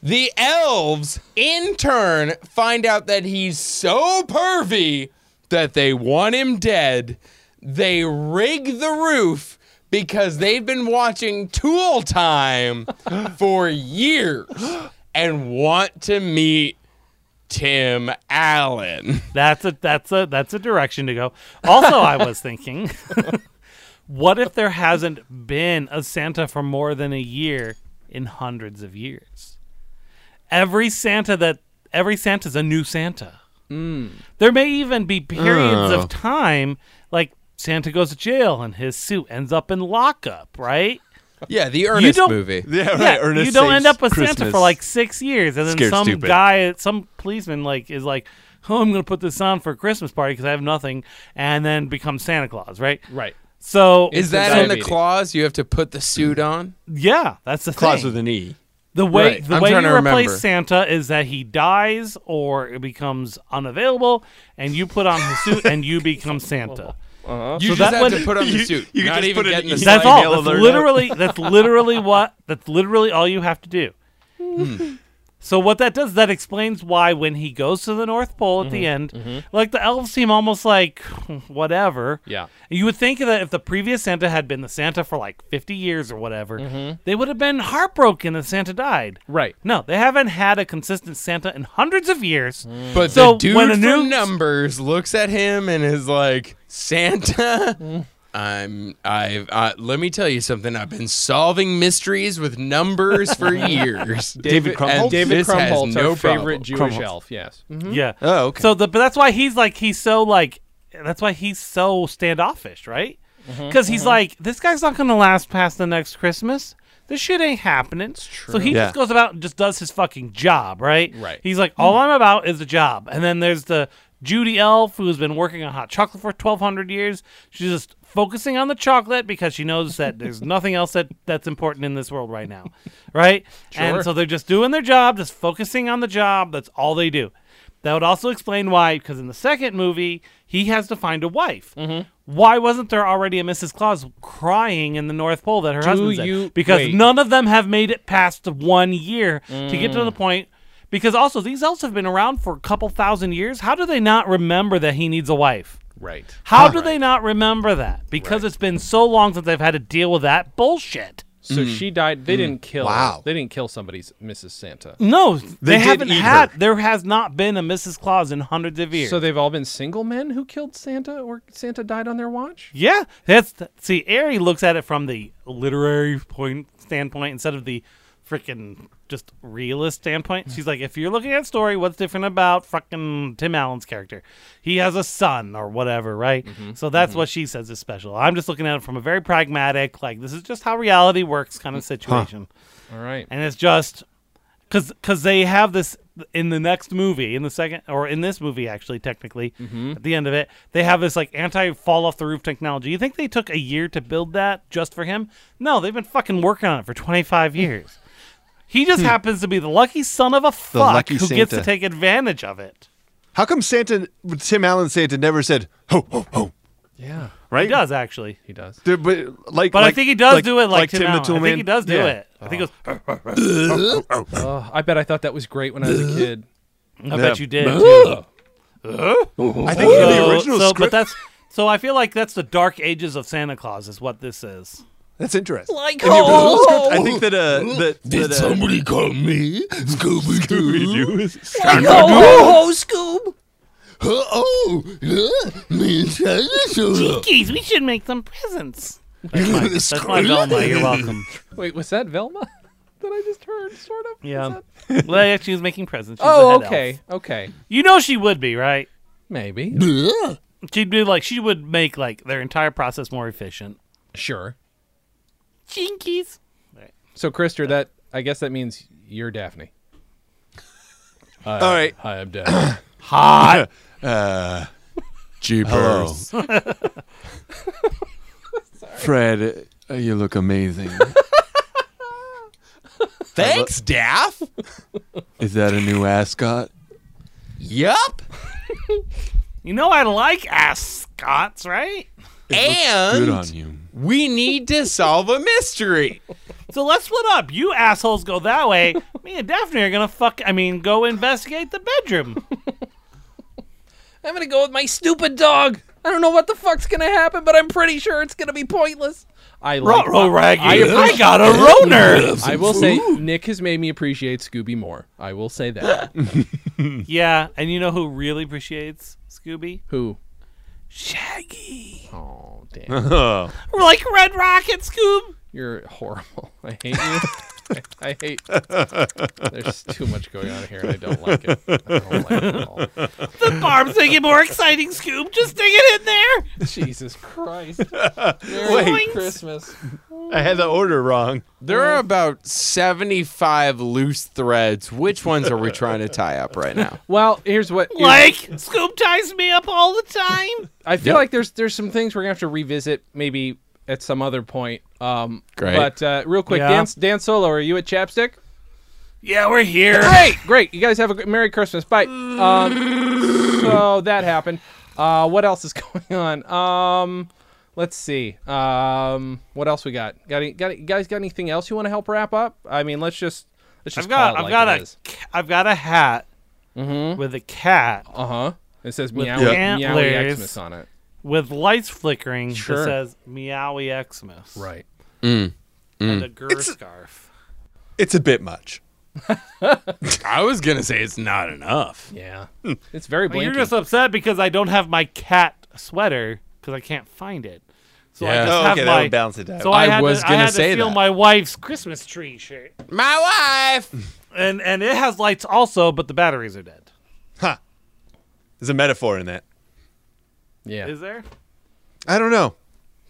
The elves, in turn, find out that he's so pervy that they want him dead. They rig the roof because they've been watching Tool Time for years and want to meet Tim Allen.
That's a that's a that's a direction to go. Also, I was thinking, what if there hasn't been a Santa for more than a year in hundreds of years? Every Santa that every Santa's a new Santa. There may even be periods of time like Santa goes to jail and his suit ends up in lockup, right?
Yeah, the Ernest
don't-
movie.
Yeah, right.
Yeah,
Ernest
you don't end
Saves
up with Santa for
Christmas.
like six years, and then
Scared
some
stupid.
guy, some policeman, like is like, "Oh, I'm gonna put this on for a Christmas party because I have nothing," and then become Santa Claus, right?
Right.
So
Is
a
that in the
diabetes.
clause? You have to put the suit on?
yeah? That's the
Claws
thing.
with an E.
the way
Right.
the
I'm
way you
trying to
replace
remember.
Santa is that he dies or it becomes unavailable, and you put on his suit and you become Santa.
You
So
just
that
have
would-
to put on the suit.
you could
not
just
even
put it
get in the
in-
That's
Slide
all.
mail alert
That's
out.
literally that's literally what that's literally all you have to do. So what that does that explains why when he goes to the North Pole at the end, like the elves seem almost like whatever.
Yeah.
You would think that if the previous Santa had been the Santa for like 50 years or whatever, they would have been heartbroken that Santa died.
Right.
No, they haven't had a consistent Santa in hundreds of years.
But
So
the dude
when a
from
new-
numbers looks at him and is like, Santa, I'm I've uh, let me tell you something. I've been solving mysteries with numbers for years.
David Krumholtz?
and
David
this has
Krumholtz,
no
our favorite
problem.
Jewish
Krumholtz.
elf. Yes. Mm-hmm.
Yeah.
Oh, okay.
So the but that's why he's like he's so like that's why he's so standoffish, right?
Mm-hmm.
Because he's like this guy's not gonna last past the next Christmas. This shit ain't happening. So he
Yeah.
just goes about and just does his fucking job, right?
Right.
He's like, all I'm about is a job. And then there's the Judy Elf who's been working on hot chocolate for 1,200 years. She's just focusing on the chocolate because she knows that there's nothing else that that's important in this world right now, right?
Sure.
And so they're just doing their job, just focusing on the job. That's all they do. That would also explain why, because in the second movie, he has to find a wife.
Mm-hmm.
Why wasn't there already a Mrs. Claus crying in the North Pole that her husband's in?
you-
Because
wait.
none of them have made it past one year to get
Mm.
to the point. Because also, these elves have been around for a couple thousand years. How do they not remember that he needs a wife?
Right.
How do they not remember that? Because it's been so long since they've had to deal with that bullshit.
So she died. They didn't kill.
Wow.
They didn't kill somebody's Mrs. Santa.
No, they,
did
haven't
eat
had.
her.
There has not been a Mrs. Claus in hundreds of years.
So they've all been single men who killed Santa, or Santa died on their watch.
yeah, that's see. Ari looks at it from the literary point standpoint instead of the freaking just realist standpoint. She's like, if you're looking at story, what's different about fucking Tim Allen's character? He has a son or whatever, right? So that's what she says is special. I'm just looking at it from a very pragmatic, like this is just how reality works kind of situation.
All right.
and it's just because because they have this in the next movie in the second or in this movie actually technically
Mm-hmm.
at the end of it they have this like anti fall off the roof technology you think they took a year to build that just for him no they've been fucking working on it for 25 years he just happens to be the lucky son of a fuck
Hmm. lucky
who gets to
Santa.
take advantage of it
How come Santa, Tim Allen Santa, never said ho ho ho?
Yeah.
Right?
he does actually
He does.
There- but like,
but i
like-
think he does
like-
do it like, tim,
the
Allen. i think
Toolman?
he does do
Yeah.
it i think it was
Oh, I bet I thought that was great when I was a kid.
i bet you did
I think in the
So-
original
so, but
script.
that's so I feel like that's the dark ages of Santa Claus is what this is.
that's interesting. Like in the
oh,
original script, I think that uh, that, that uh,
Somebody call me Scooby Doo.
Scooby-Doo.
Oh, me and Santa showed
Geez, we should make some presents. That's my, that's my Velma. You're welcome.
Wait, was that Velma that I just heard? Sort of. Was
Yeah.
that-
Well, yeah, she was making presents. She's the
Oh,
head
okay.
elf.
Okay.
You know she would be, right?
Maybe.
She'd be like, she would make like their entire process more efficient.
Sure.
Jinkies.
So, Krister, that I guess that means you're Daphne.
All right.
Hi, I'm Daphne.
Jeepers.
Fred, uh, you look amazing.
Thanks, Daff.
Is that a new ascot?
Yup.
You know I like ascots, right?
Good
And
on you.
we need to solve a mystery.
So let's split up. You assholes go that way. Me and Daphne are gonna fuck. I mean, go investigate the bedroom.
I'm gonna go with my stupid dog. I don't know what the fuck's gonna happen, but I'm pretty sure it's gonna be pointless. I like.
Ruh-roh, Raggy.
I appreciate-
got a roner.
I will say, Nick has made me appreciate Scooby more. I will say that.
yeah, and you know who really appreciates Scooby?
Who?
Shaggy.
Oh damn!
We're like Red Rocket Scoob.
You're horrible. I hate you. I, I hate. There's too much going on here, and I don't like it. I don't like it at all.
The barbs make it more exciting, Scoob. Just stick it in there.
Jesus Christ! Merry
Wait.
Christmas.
I had the order wrong.
There are about 75 loose threads. Which ones are we trying to tie up right now?
Well, here's what. here's-
Like Scoob ties me up all the time.
I feel like there's there's some things we're gonna have to revisit maybe at some other point. Um,
Great.
But uh, real quick,
Yeah.
Dan, Dan Solo, are you at Chapstick?
Yeah, we're here.
Great, great. You guys have a gr- Merry Christmas. Bye. Um, so that happened. Uh, what else is going on? Um, let's see. Um, what else we got? Got, any, got any, you guys got anything else you want to help wrap up? I mean, let's just let's just
I've got,
call it
I've
like
got
it
a, ca- I've got a hat
Mm-hmm.
with a cat
Uh huh. It says
with
meow meowy
antlers.
Xmas on it.
with lights flickering
Sure.
that says "Meowie Xmas"
Right.
and a gur scarf.
It's a bit much.
I was going to say it's not enough.
Yeah. it's very
Well,
blinky.
you're just upset because I don't have my cat sweater because I can't find it. So I
Yeah.
just
Oh,
okay,
have
that
my.
would balance it out.
So I,
I
had
was
to,
gonna
I had
say
to steal
that.
my wife's Christmas tree shirt,
My wife.
and and it has lights also, but the batteries are dead.
There's a metaphor in that.
yeah.
Is there?
I don't know.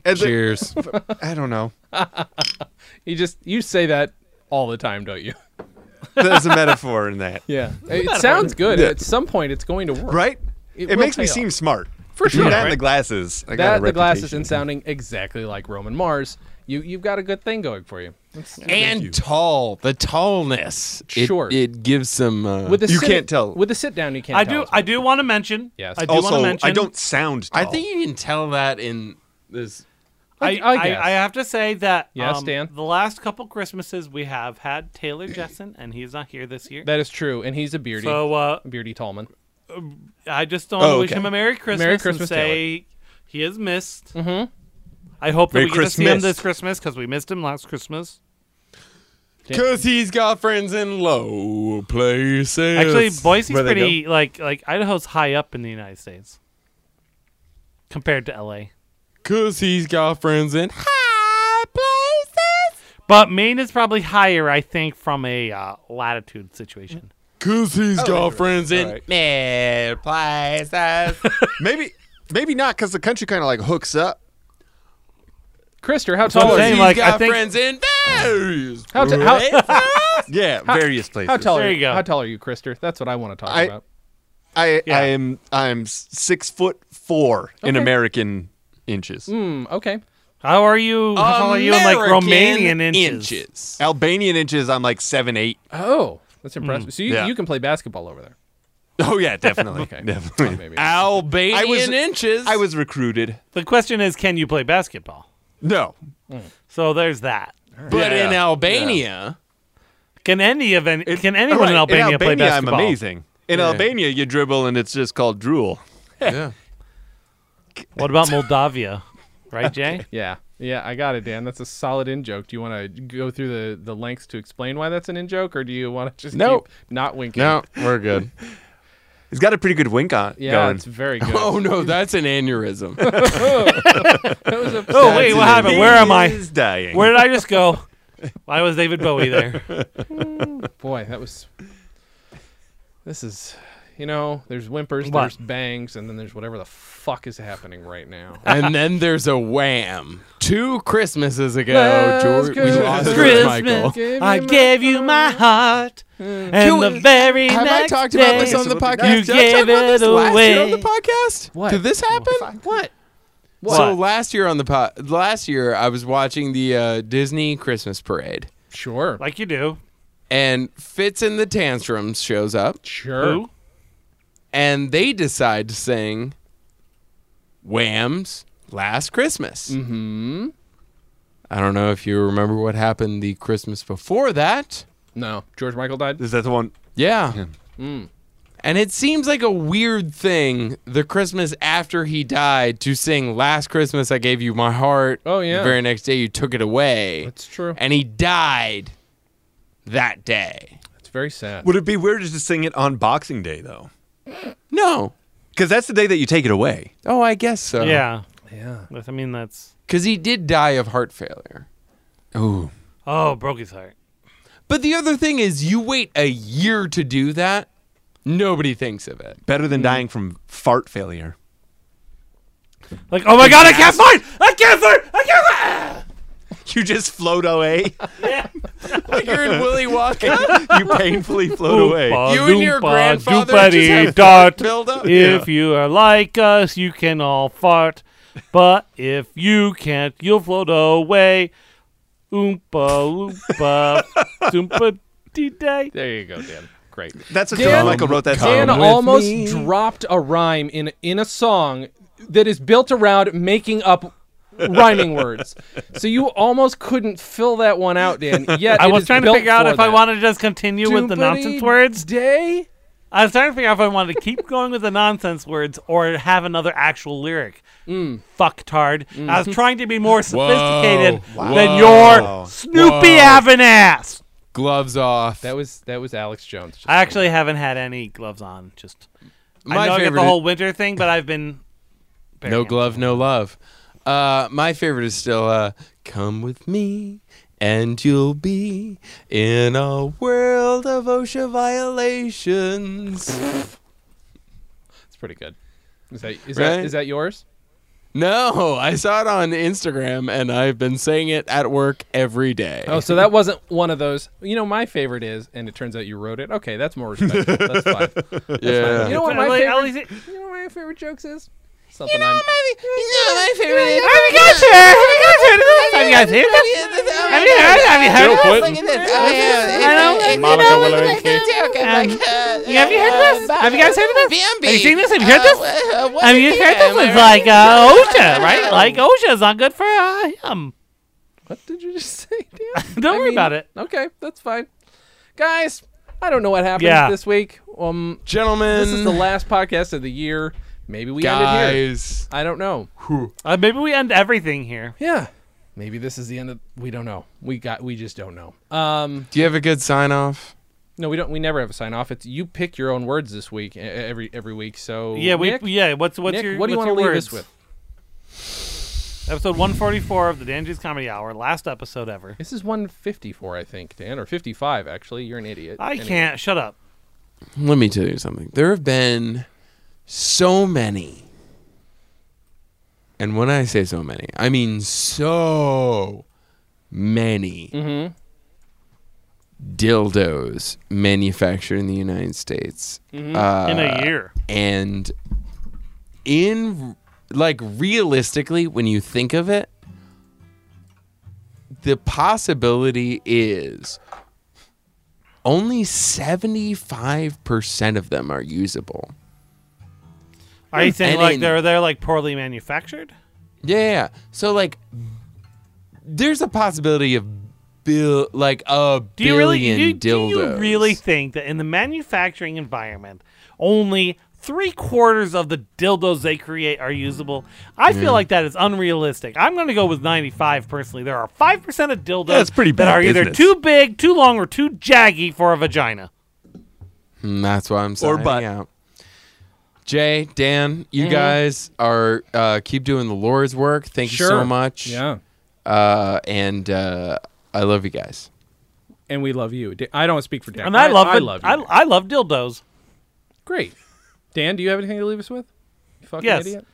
As a-
Cheers.
I don't know.
You just you say that all the time, don't you?
There's a metaphor in that.
Yeah. It sounds good. At some point, it's going to work.
Right?
It
It,
will
makes me
pay off.
seem smart.
For
Between
sure,
That
right?
and the glasses. I got
That
a
the glasses
reputation.
and sounding exactly like Roman Mars. You you've got a good thing going for you. It's-
and tall. The tallness. It-
Sure.
It, gives some. Uh,
with a
You
sit-
can't tell.
With a sit down, you can't.
I
tell
do.
it's
I do want to mention.
Yes.
I do want
Also,
to mention.
I don't sound tall.
I think you can tell that in this.
I,
I
I,
guess.
I have to say that
Yes,
um,
Dan?
the last couple Christmases we have had Taylor Jessen, and he's not here this year.
That is true, and he's a beardy,
so uh,
beardy Tallman.
I just don't
Oh,
wish
okay.
him a Merry Christmas,
Christmas,
and say he is missed. Mm-hmm. I hope that
Merry
we get to see him
Christmas.
this Christmas because we missed him last Christmas.
Because he's got friends in low places.
Actually, Boise's
where they
pretty like like Idaho's high up in the United States compared to LA,
Because he's got friends in high places.
but Maine is probably higher, I think, from a uh, latitude situation.
Because he's got friends in
Alright.
mid places.
maybe maybe not because the country kind of like hooks up.
Krister, how
I'm
tall are
saying,
you?
like,
got
I think-
friends in various
How t- how-
Yeah, various places.
How tall?
There
are
you go.
How tall are you, Krister? That's what I want to talk
I-
about.
I,
Yeah.
I am I'm s- six foot four in
Okay.
American inches.
Hmm, okay.
How are you? How tall are you in like Romanian inches?
Albanian inches, I'm like seven eight.
Oh, that's impressive. so you,
Mm. Yeah.
you can play basketball over there.
Oh yeah, definitely.
Okay.
Definitely.
Maybe.
Albanian
I was-
inches.
I was recruited.
The question is, can you play basketball? Mm.
No.
So there's that.
but
Yeah.
in Albania,
Can any of any, can anyone
Right,
in Albania, play basketball?
I'm amazing. In Albania, you dribble and it's just called drool.
What about Moldavia? Right, Jay?
Yeah. Yeah, I got it, Dan. That's a solid in joke. Do you want to go through the, the lengths to explain why that's an in joke, or do you want to just
Nope.
keep not winking?
we're good.
He's got a pretty good wink on.
Yeah,
going.
it's very good.
oh no, that's an aneurysm.
Oh wait, what happened? Where am I?
He's dying.
Where did I just go? Why was David Bowie there?
Boy, that was. This is. You know, there's whimpers,
What?
there's bangs, and then there's whatever the fuck is happening right now.
and then there's a wham. Two Christmases ago, George, we lost George Michael.
Christmas, I gave you my heart, and the very
Hmm. Have I
next
talked about this
day-
on the podcast?
You
Did I talk
gave
about
it
this last year on
away.
the podcast?
What?
Did this happen?
What?
So
What?
last year on the po- last year I was watching the uh, Disney Christmas parade,
Sure.
Like you do.
and Fitz and the Tantrums shows up,
sure.
Who?
and they decide to sing Wham's Last Christmas. Mm-hmm. I don't know if you remember what happened the Christmas before that.
No. George Michael died?
Is that the one?
Yeah. And it seems like a weird thing the Christmas after he died to sing Last Christmas I Gave You My Heart.
Oh, yeah.
The very next day you took it away.
That's true.
And he died that day.
It's very sad.
Would it be weird to just sing it on Boxing Day though?
No.
Because that's the day that you take it away.
Oh, I guess so.
Yeah.
Yeah.
That's- I mean, that's.
Because he did die of heart failure.
Oh,
Oh, broke his heart.
But the other thing is, you wait a year to do that, nobody thinks of it.
better than dying from fart failure.
Like, oh my god, I can't fight! I can't fight! I can't fight!
You just float away.
Like you're in Willy Wonka.
you painfully float away.
You and your grandfather just have
dot.
build up.
If you are like us, you can all fart. But if you can't, you'll float away. Oompa loompa. Doompa dee day.
There you go, Dan. Great.
That's what
Dan-
George Michael wrote that
Dan
song.
almost dropped a rhyme in in a song that is built around making up rhyming words. So you almost couldn't fill that one out, Dan. Yet
I
it
was
is
trying to
built
figure out
for
if I
that.
wanted to just continue with the
Doompadee
nonsense words.
Day.
I was trying to figure out if I wanted to keep going with the nonsense words or have another actual lyric.
Mm.
Fucktard. I was trying to be more sophisticated than your Snoopy having ass.
Gloves off.
That was that was Alex Jones.
I actually haven't had any gloves on. Just I
My
know I get
favorite
the
is-
whole winter thing, but I've been very
no
handsome.
glove, no love. Uh, my favorite is still uh, "Come with me, and you'll be in a world of OSHA violations."
It's pretty good. Is that is
Right?
that is that yours?
no, I saw it on Instagram, and I've been saying it at work every day.
Oh, so that wasn't one of those. You know, my favorite is, and it turns out you wrote it. Okay, that's more respectful. that's fine.
yeah.
You know what
At
my
least- at
favorite?
least it-
You know what my favorite jokes is? Something I'm.
Have you got your- have you got your- have you got your- have you heard- have you heard of this? Um,
uh,
Have you heard of this? Have you guys heard of this? Have you seen this?
Uh,
Have you heard this?
Uh,
Have you heard this? It's like uh, OSHA, right? Like OSHA is not good for uh, him.
What did you just say, Dan?
Don't
I
worry
mean,
about it.
Okay, that's fine. Guys, I don't know what happened
Yeah.
this week. Um,
Gentlemen,
this is the last podcast of the year. Maybe we ended here.
guys.
I don't know.
Uh, maybe we end everything here.
Yeah. Maybe this is the end of. We don't know. We got. We just don't know. Um.
Do you have a good sign off?
No, we don't. We never have a sign off. It's you pick your own words this week. e- Every every week. So
Yeah, we.
Nick,
yeah, what's what's
Nick,
your
what do you
what's
want to
your
leave us
words?
with?
Episode 144 of the Danji's Comedy Hour, last episode ever.
This is 154, I think, Dan, or 55. Actually, you're an idiot.
I
Anyway.
can't. Shut up.
Let me tell you something. There have been so many. And when I say so many, I mean so many dildos manufactured in the United States.
In
Uh,
a year.
And in, like, realistically, when you think of it, the possibility is only 75% of them are usable.
Are you saying
And
like
in-
they're they're like poorly manufactured?
Yeah, yeah, yeah. So like, there's a possibility of bill like a
Do you really do,
billion
you- do
dildos.
you really think that in the manufacturing environment, only three quarters of the dildos they create are usable? I feel like that is unrealistic. I'm going to go with 95 personally. There are five percent of dildos
That's pretty
that
bad
are either
business.
too big, too long, or too jaggy for a vagina.
Mm, that's why I'm signing
butt.
out. Jay, Dan, you guys are uh, keep doing the Lord's work. Thank
Sure.
you so much.
Yeah.
Uh, and uh, I love you guys.
And we love you. Da- I don't speak for Dan.
And I, love
I
it.
love you.
I, I love dildos.
Great. Dan, do you have anything to leave us with? You fucking
Yes.
idiot.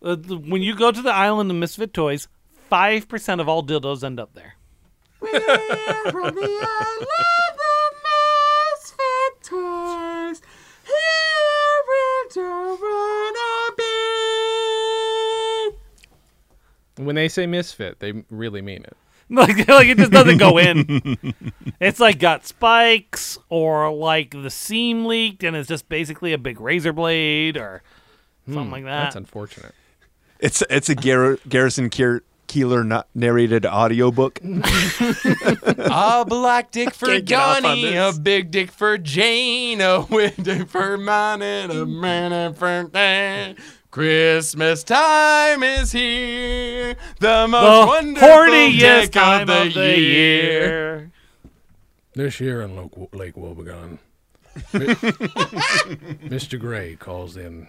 Uh, th- when you go to the island of misfit toys, five percent of all dildos end up there.
When they say misfit, they really mean it.
Like, like it just doesn't go in. it's like got spikes, or like the seam leaked, and it's just basically a big razor blade or something like that.
That's unfortunate.
It's it's a Gar- Garrison Keir- Keeler na- narrated audiobook.
A Ah, black dick for
get off on
Johnny, a
this.
big dick for Jane, a window for mine, and a
Mm.
man for Dan. Christmas time is here, the most
the
wonderful
horniest
dick
time
of the, year.
This year in Lake, Lake Wobegon, Mr. Gray calls in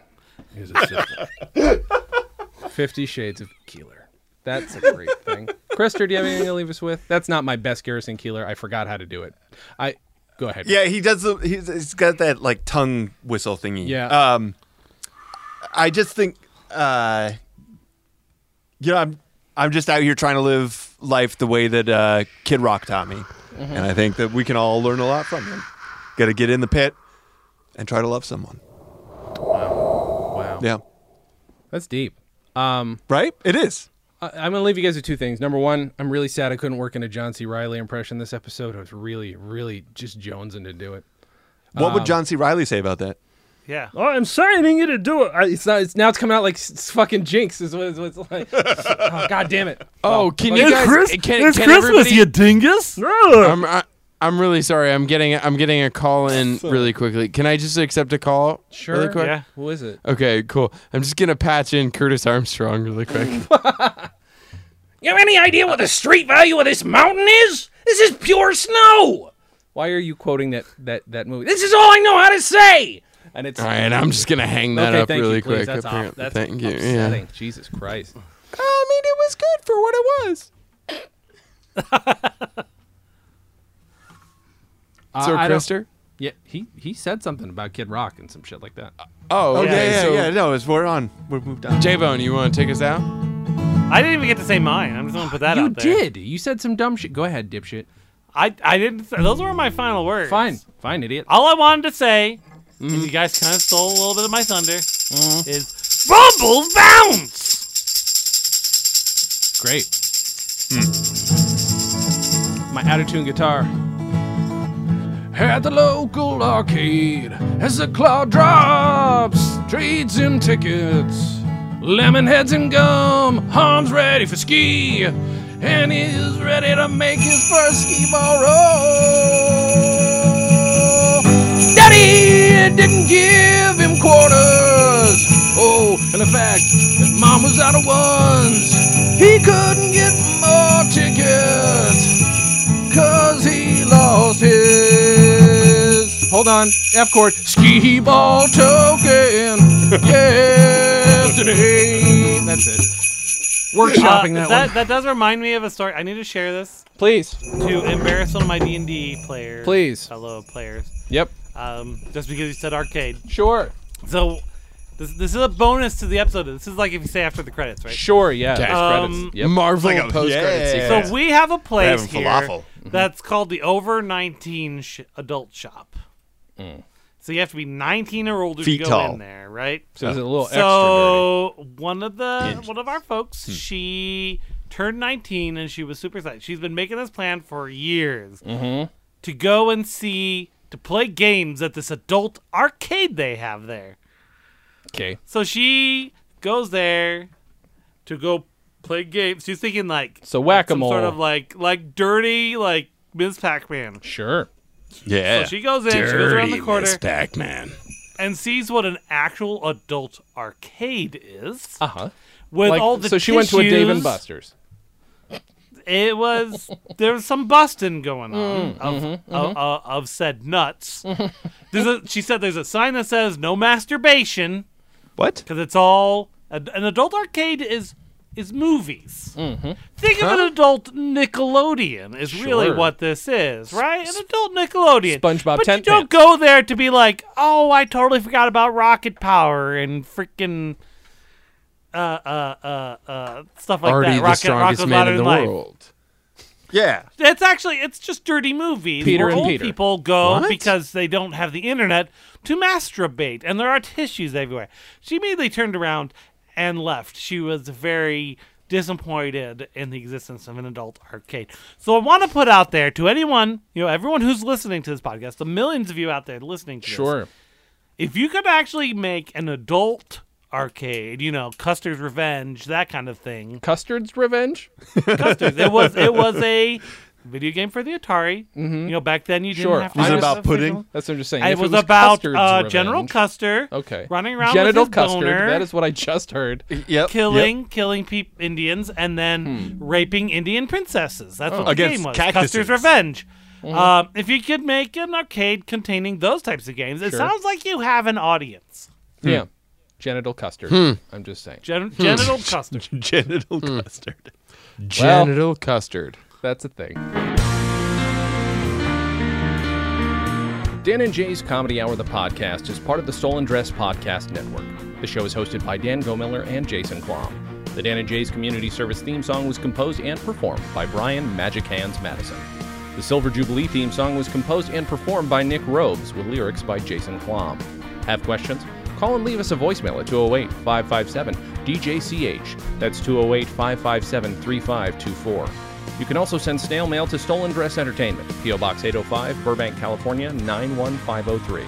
his assistant.
Fifty Shades of Keeler. That's a great thing. Krister, do you have anything to leave us with? That's not my best Garrison Keeler. I forgot how to do it. I go ahead.
Yeah, he does. The, he's, he's got that like tongue whistle thingy.
Yeah.
Um, I just think, uh, you know, I'm I'm just out here trying to live life the way that uh, Kid Rock taught me,
Mm-hmm.
and I think that we can all learn a lot from him. Got to get in the pit and try to love someone.
Wow.
Yeah.
That's deep.
Right. It is.
I- I'm gonna leave you guys with two things. Number one, I'm really sad I couldn't work in a John C. Riley impression this episode. I was really, really just jonesing to do it.
What
Um,
would John C. Riley say about that?
Yeah.
Oh, I'm signing you to do it. I, it's not. It's now. It's coming out like s- s- fucking jinx. Is what, is what it's like. oh, God damn it.
Oh, can you guys? can, can everybody-
dingus.
I'm I, I'm really sorry. I'm getting I'm getting a call in really quickly. Can I just accept a call?
Sure.
Really quick.
Yeah.
Who is it?
Okay, cool. I'm just gonna patch in Curtis Armstrong really quick.
You have any idea what the street value of this mountain is? This is pure snow.
Why are you quoting that that that movie?
This is all I know how to say.
and it's
All right, I'm just gonna hang that
okay.
up
Thank
really
you, please.
quick.
That's, off,
apparently.
that's
thank you.
upsetting.
Yeah.
Jesus Christ.
I mean, it was good for what it was. So,
I don't-
Krister.
Yeah, he he said something about Kid Rock and some shit like that.
Oh, okay.
yeah,
so
yeah, No, it's, we're on. We're moved on.
J Bone, you want to take us out?
I didn't even get to say mine. I'm just gonna put that
you
out there.
did. You said some dumb shit. Go ahead, dipshit.
I I didn't. Those were my final words.
Fine, fine, idiot.
All I wanted to say, is you guys kind of stole a little bit of my thunder, is Bumble Bounce!
Great. Hmm. My out of tune guitar.
At the local arcade, as the claw drops, trades in tickets, lemon heads and gum. Hans ready for ski, and he's ready to make his first ski ball roll. Daddy didn't give him quarters. Oh, and the fact that mom was out of ones, he couldn't get more tickets. Cause he lost his. Hold on, F chord. Ski ball token yesterday. That's it. Workshopping that,
Uh, that,
one.
that does remind me of a story. I need to share this
Please,
to embarrass one of my D&D players.
Please.
Fellow players.
Yep.
Um, just because you said arcade.
Sure.
So, this, this is a bonus to the episode. This is like if you say after the credits, right?
Sure. Yeah. Those
Um,
credits.
Marvel post credits.
yeah.
So we have a place
having
here
falafel. Mm-hmm.
that's called the Over 19 sh- Adult Shop. So you have to be 19 or older
Mm. Feet
to go
tall.
in there, right?
So there's a little extra. nerdy. Hmm.
So one of the one of our folks, she turned 19 and she was super excited. She's been making this plan for years
Mm-hmm.
to go and see to play games at this adult arcade they have there.
Okay.
So she goes there to go play games. She's thinking like
So whack-a-mole.
some sort of like like dirty like Ms. Pac-Man.
Sure.
So she goes in, she goes around the corner
Pac-Man.
and sees what an actual adult arcade is.
Uh huh.
with all the
so she went to a Dave and
tissues.
Buster's.
It was there was some busting going on of, of, of, of said nuts. there's a, she said there's a sign that says no masturbation
What?
because it's all an adult arcade is is movies. Think of an adult Nickelodeon is really
Sure.
what this is, right? An adult Nickelodeon.
SpongeBob
But you
Tent
don't go there to be like, oh, I totally forgot about rocket power and freaking uh, uh, uh, uh, stuff like
Artie,
that.
the
Rocket,
strongest
Rocket
man in
Modern
the
Life.
world.
Yeah.
It's actually it's just dirty movies
Peter
where
and
old
Peter.
people go
What?
because they don't have the internet to masturbate, and there are tissues everywhere. She immediately turned around and left. She was very disappointed in the existence of an adult arcade. So I want to put out there to anyone, you know, everyone who's listening to this podcast, the millions of you out there listening to this,
Sure.
if you could actually make an adult arcade, you know, Custer's Revenge, that kind of thing,
Custard's Revenge?
Custer's. It was it was a video game for the Atari. You know, back then you didn't
Mm-hmm. Sure.
have to
Was it
have
about
a
pudding?
visual-
That's what I'm just saying.
It
If
was, about
Custard's
uh,
Revenge-
General Custer.
Okay.
running around with
Genital
his
custard.
boner.
That is what I just heard.
Hmm.
Yep.
Killing, killing peop Indians, and then
Hmm.
raping Indian princesses.
Oh.
That's what the
Against
game was.
cactuses.
Custer's Revenge.
Mm-hmm.
Um, if you could make an arcade containing those types of games, it
Sure.
sounds like you have an audience.
Yeah. Genital custard.
Hmm.
I'm just saying.
Gen- Genital Custer.
Genital custard.
Genital custard.
That's a thing. Dan and Jay's Comedy Hour, the podcast, is part of the Stolen Dress Podcast Network. The show is hosted by Dan Gomiller and Jason Klom. The Dan and Jay's Community Service theme song was composed and performed by Brian Magic Hands Madison. The Silver Jubilee theme song was composed and performed by Nick Robes with lyrics by Jason Klom. Have questions? Call and leave us a voicemail at 208 557 DJCH. That's 208 557 3524. You can also send snail mail to Stolen Dress Entertainment, P.O. Box 805, Burbank, California 91503.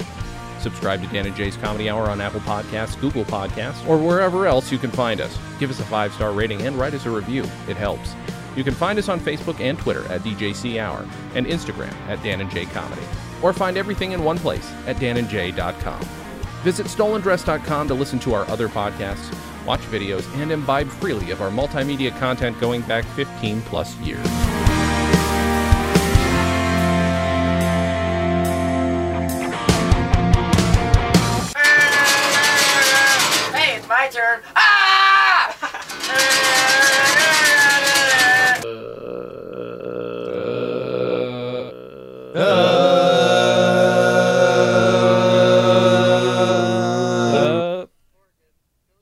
Subscribe to Dan and Jay's Comedy Hour on Apple Podcasts, Google Podcasts, or wherever else you can find us. Give us a five star rating and write us a review. It helps. You can find us on Facebook and Twitter at DJC Hour and Instagram at Dan and Jay Comedy. Or find everything in one place at danandjay.com. Visit stolendress.com to listen to our other podcasts, watch videos, and imbibe freely of our multimedia content going back 15 plus years.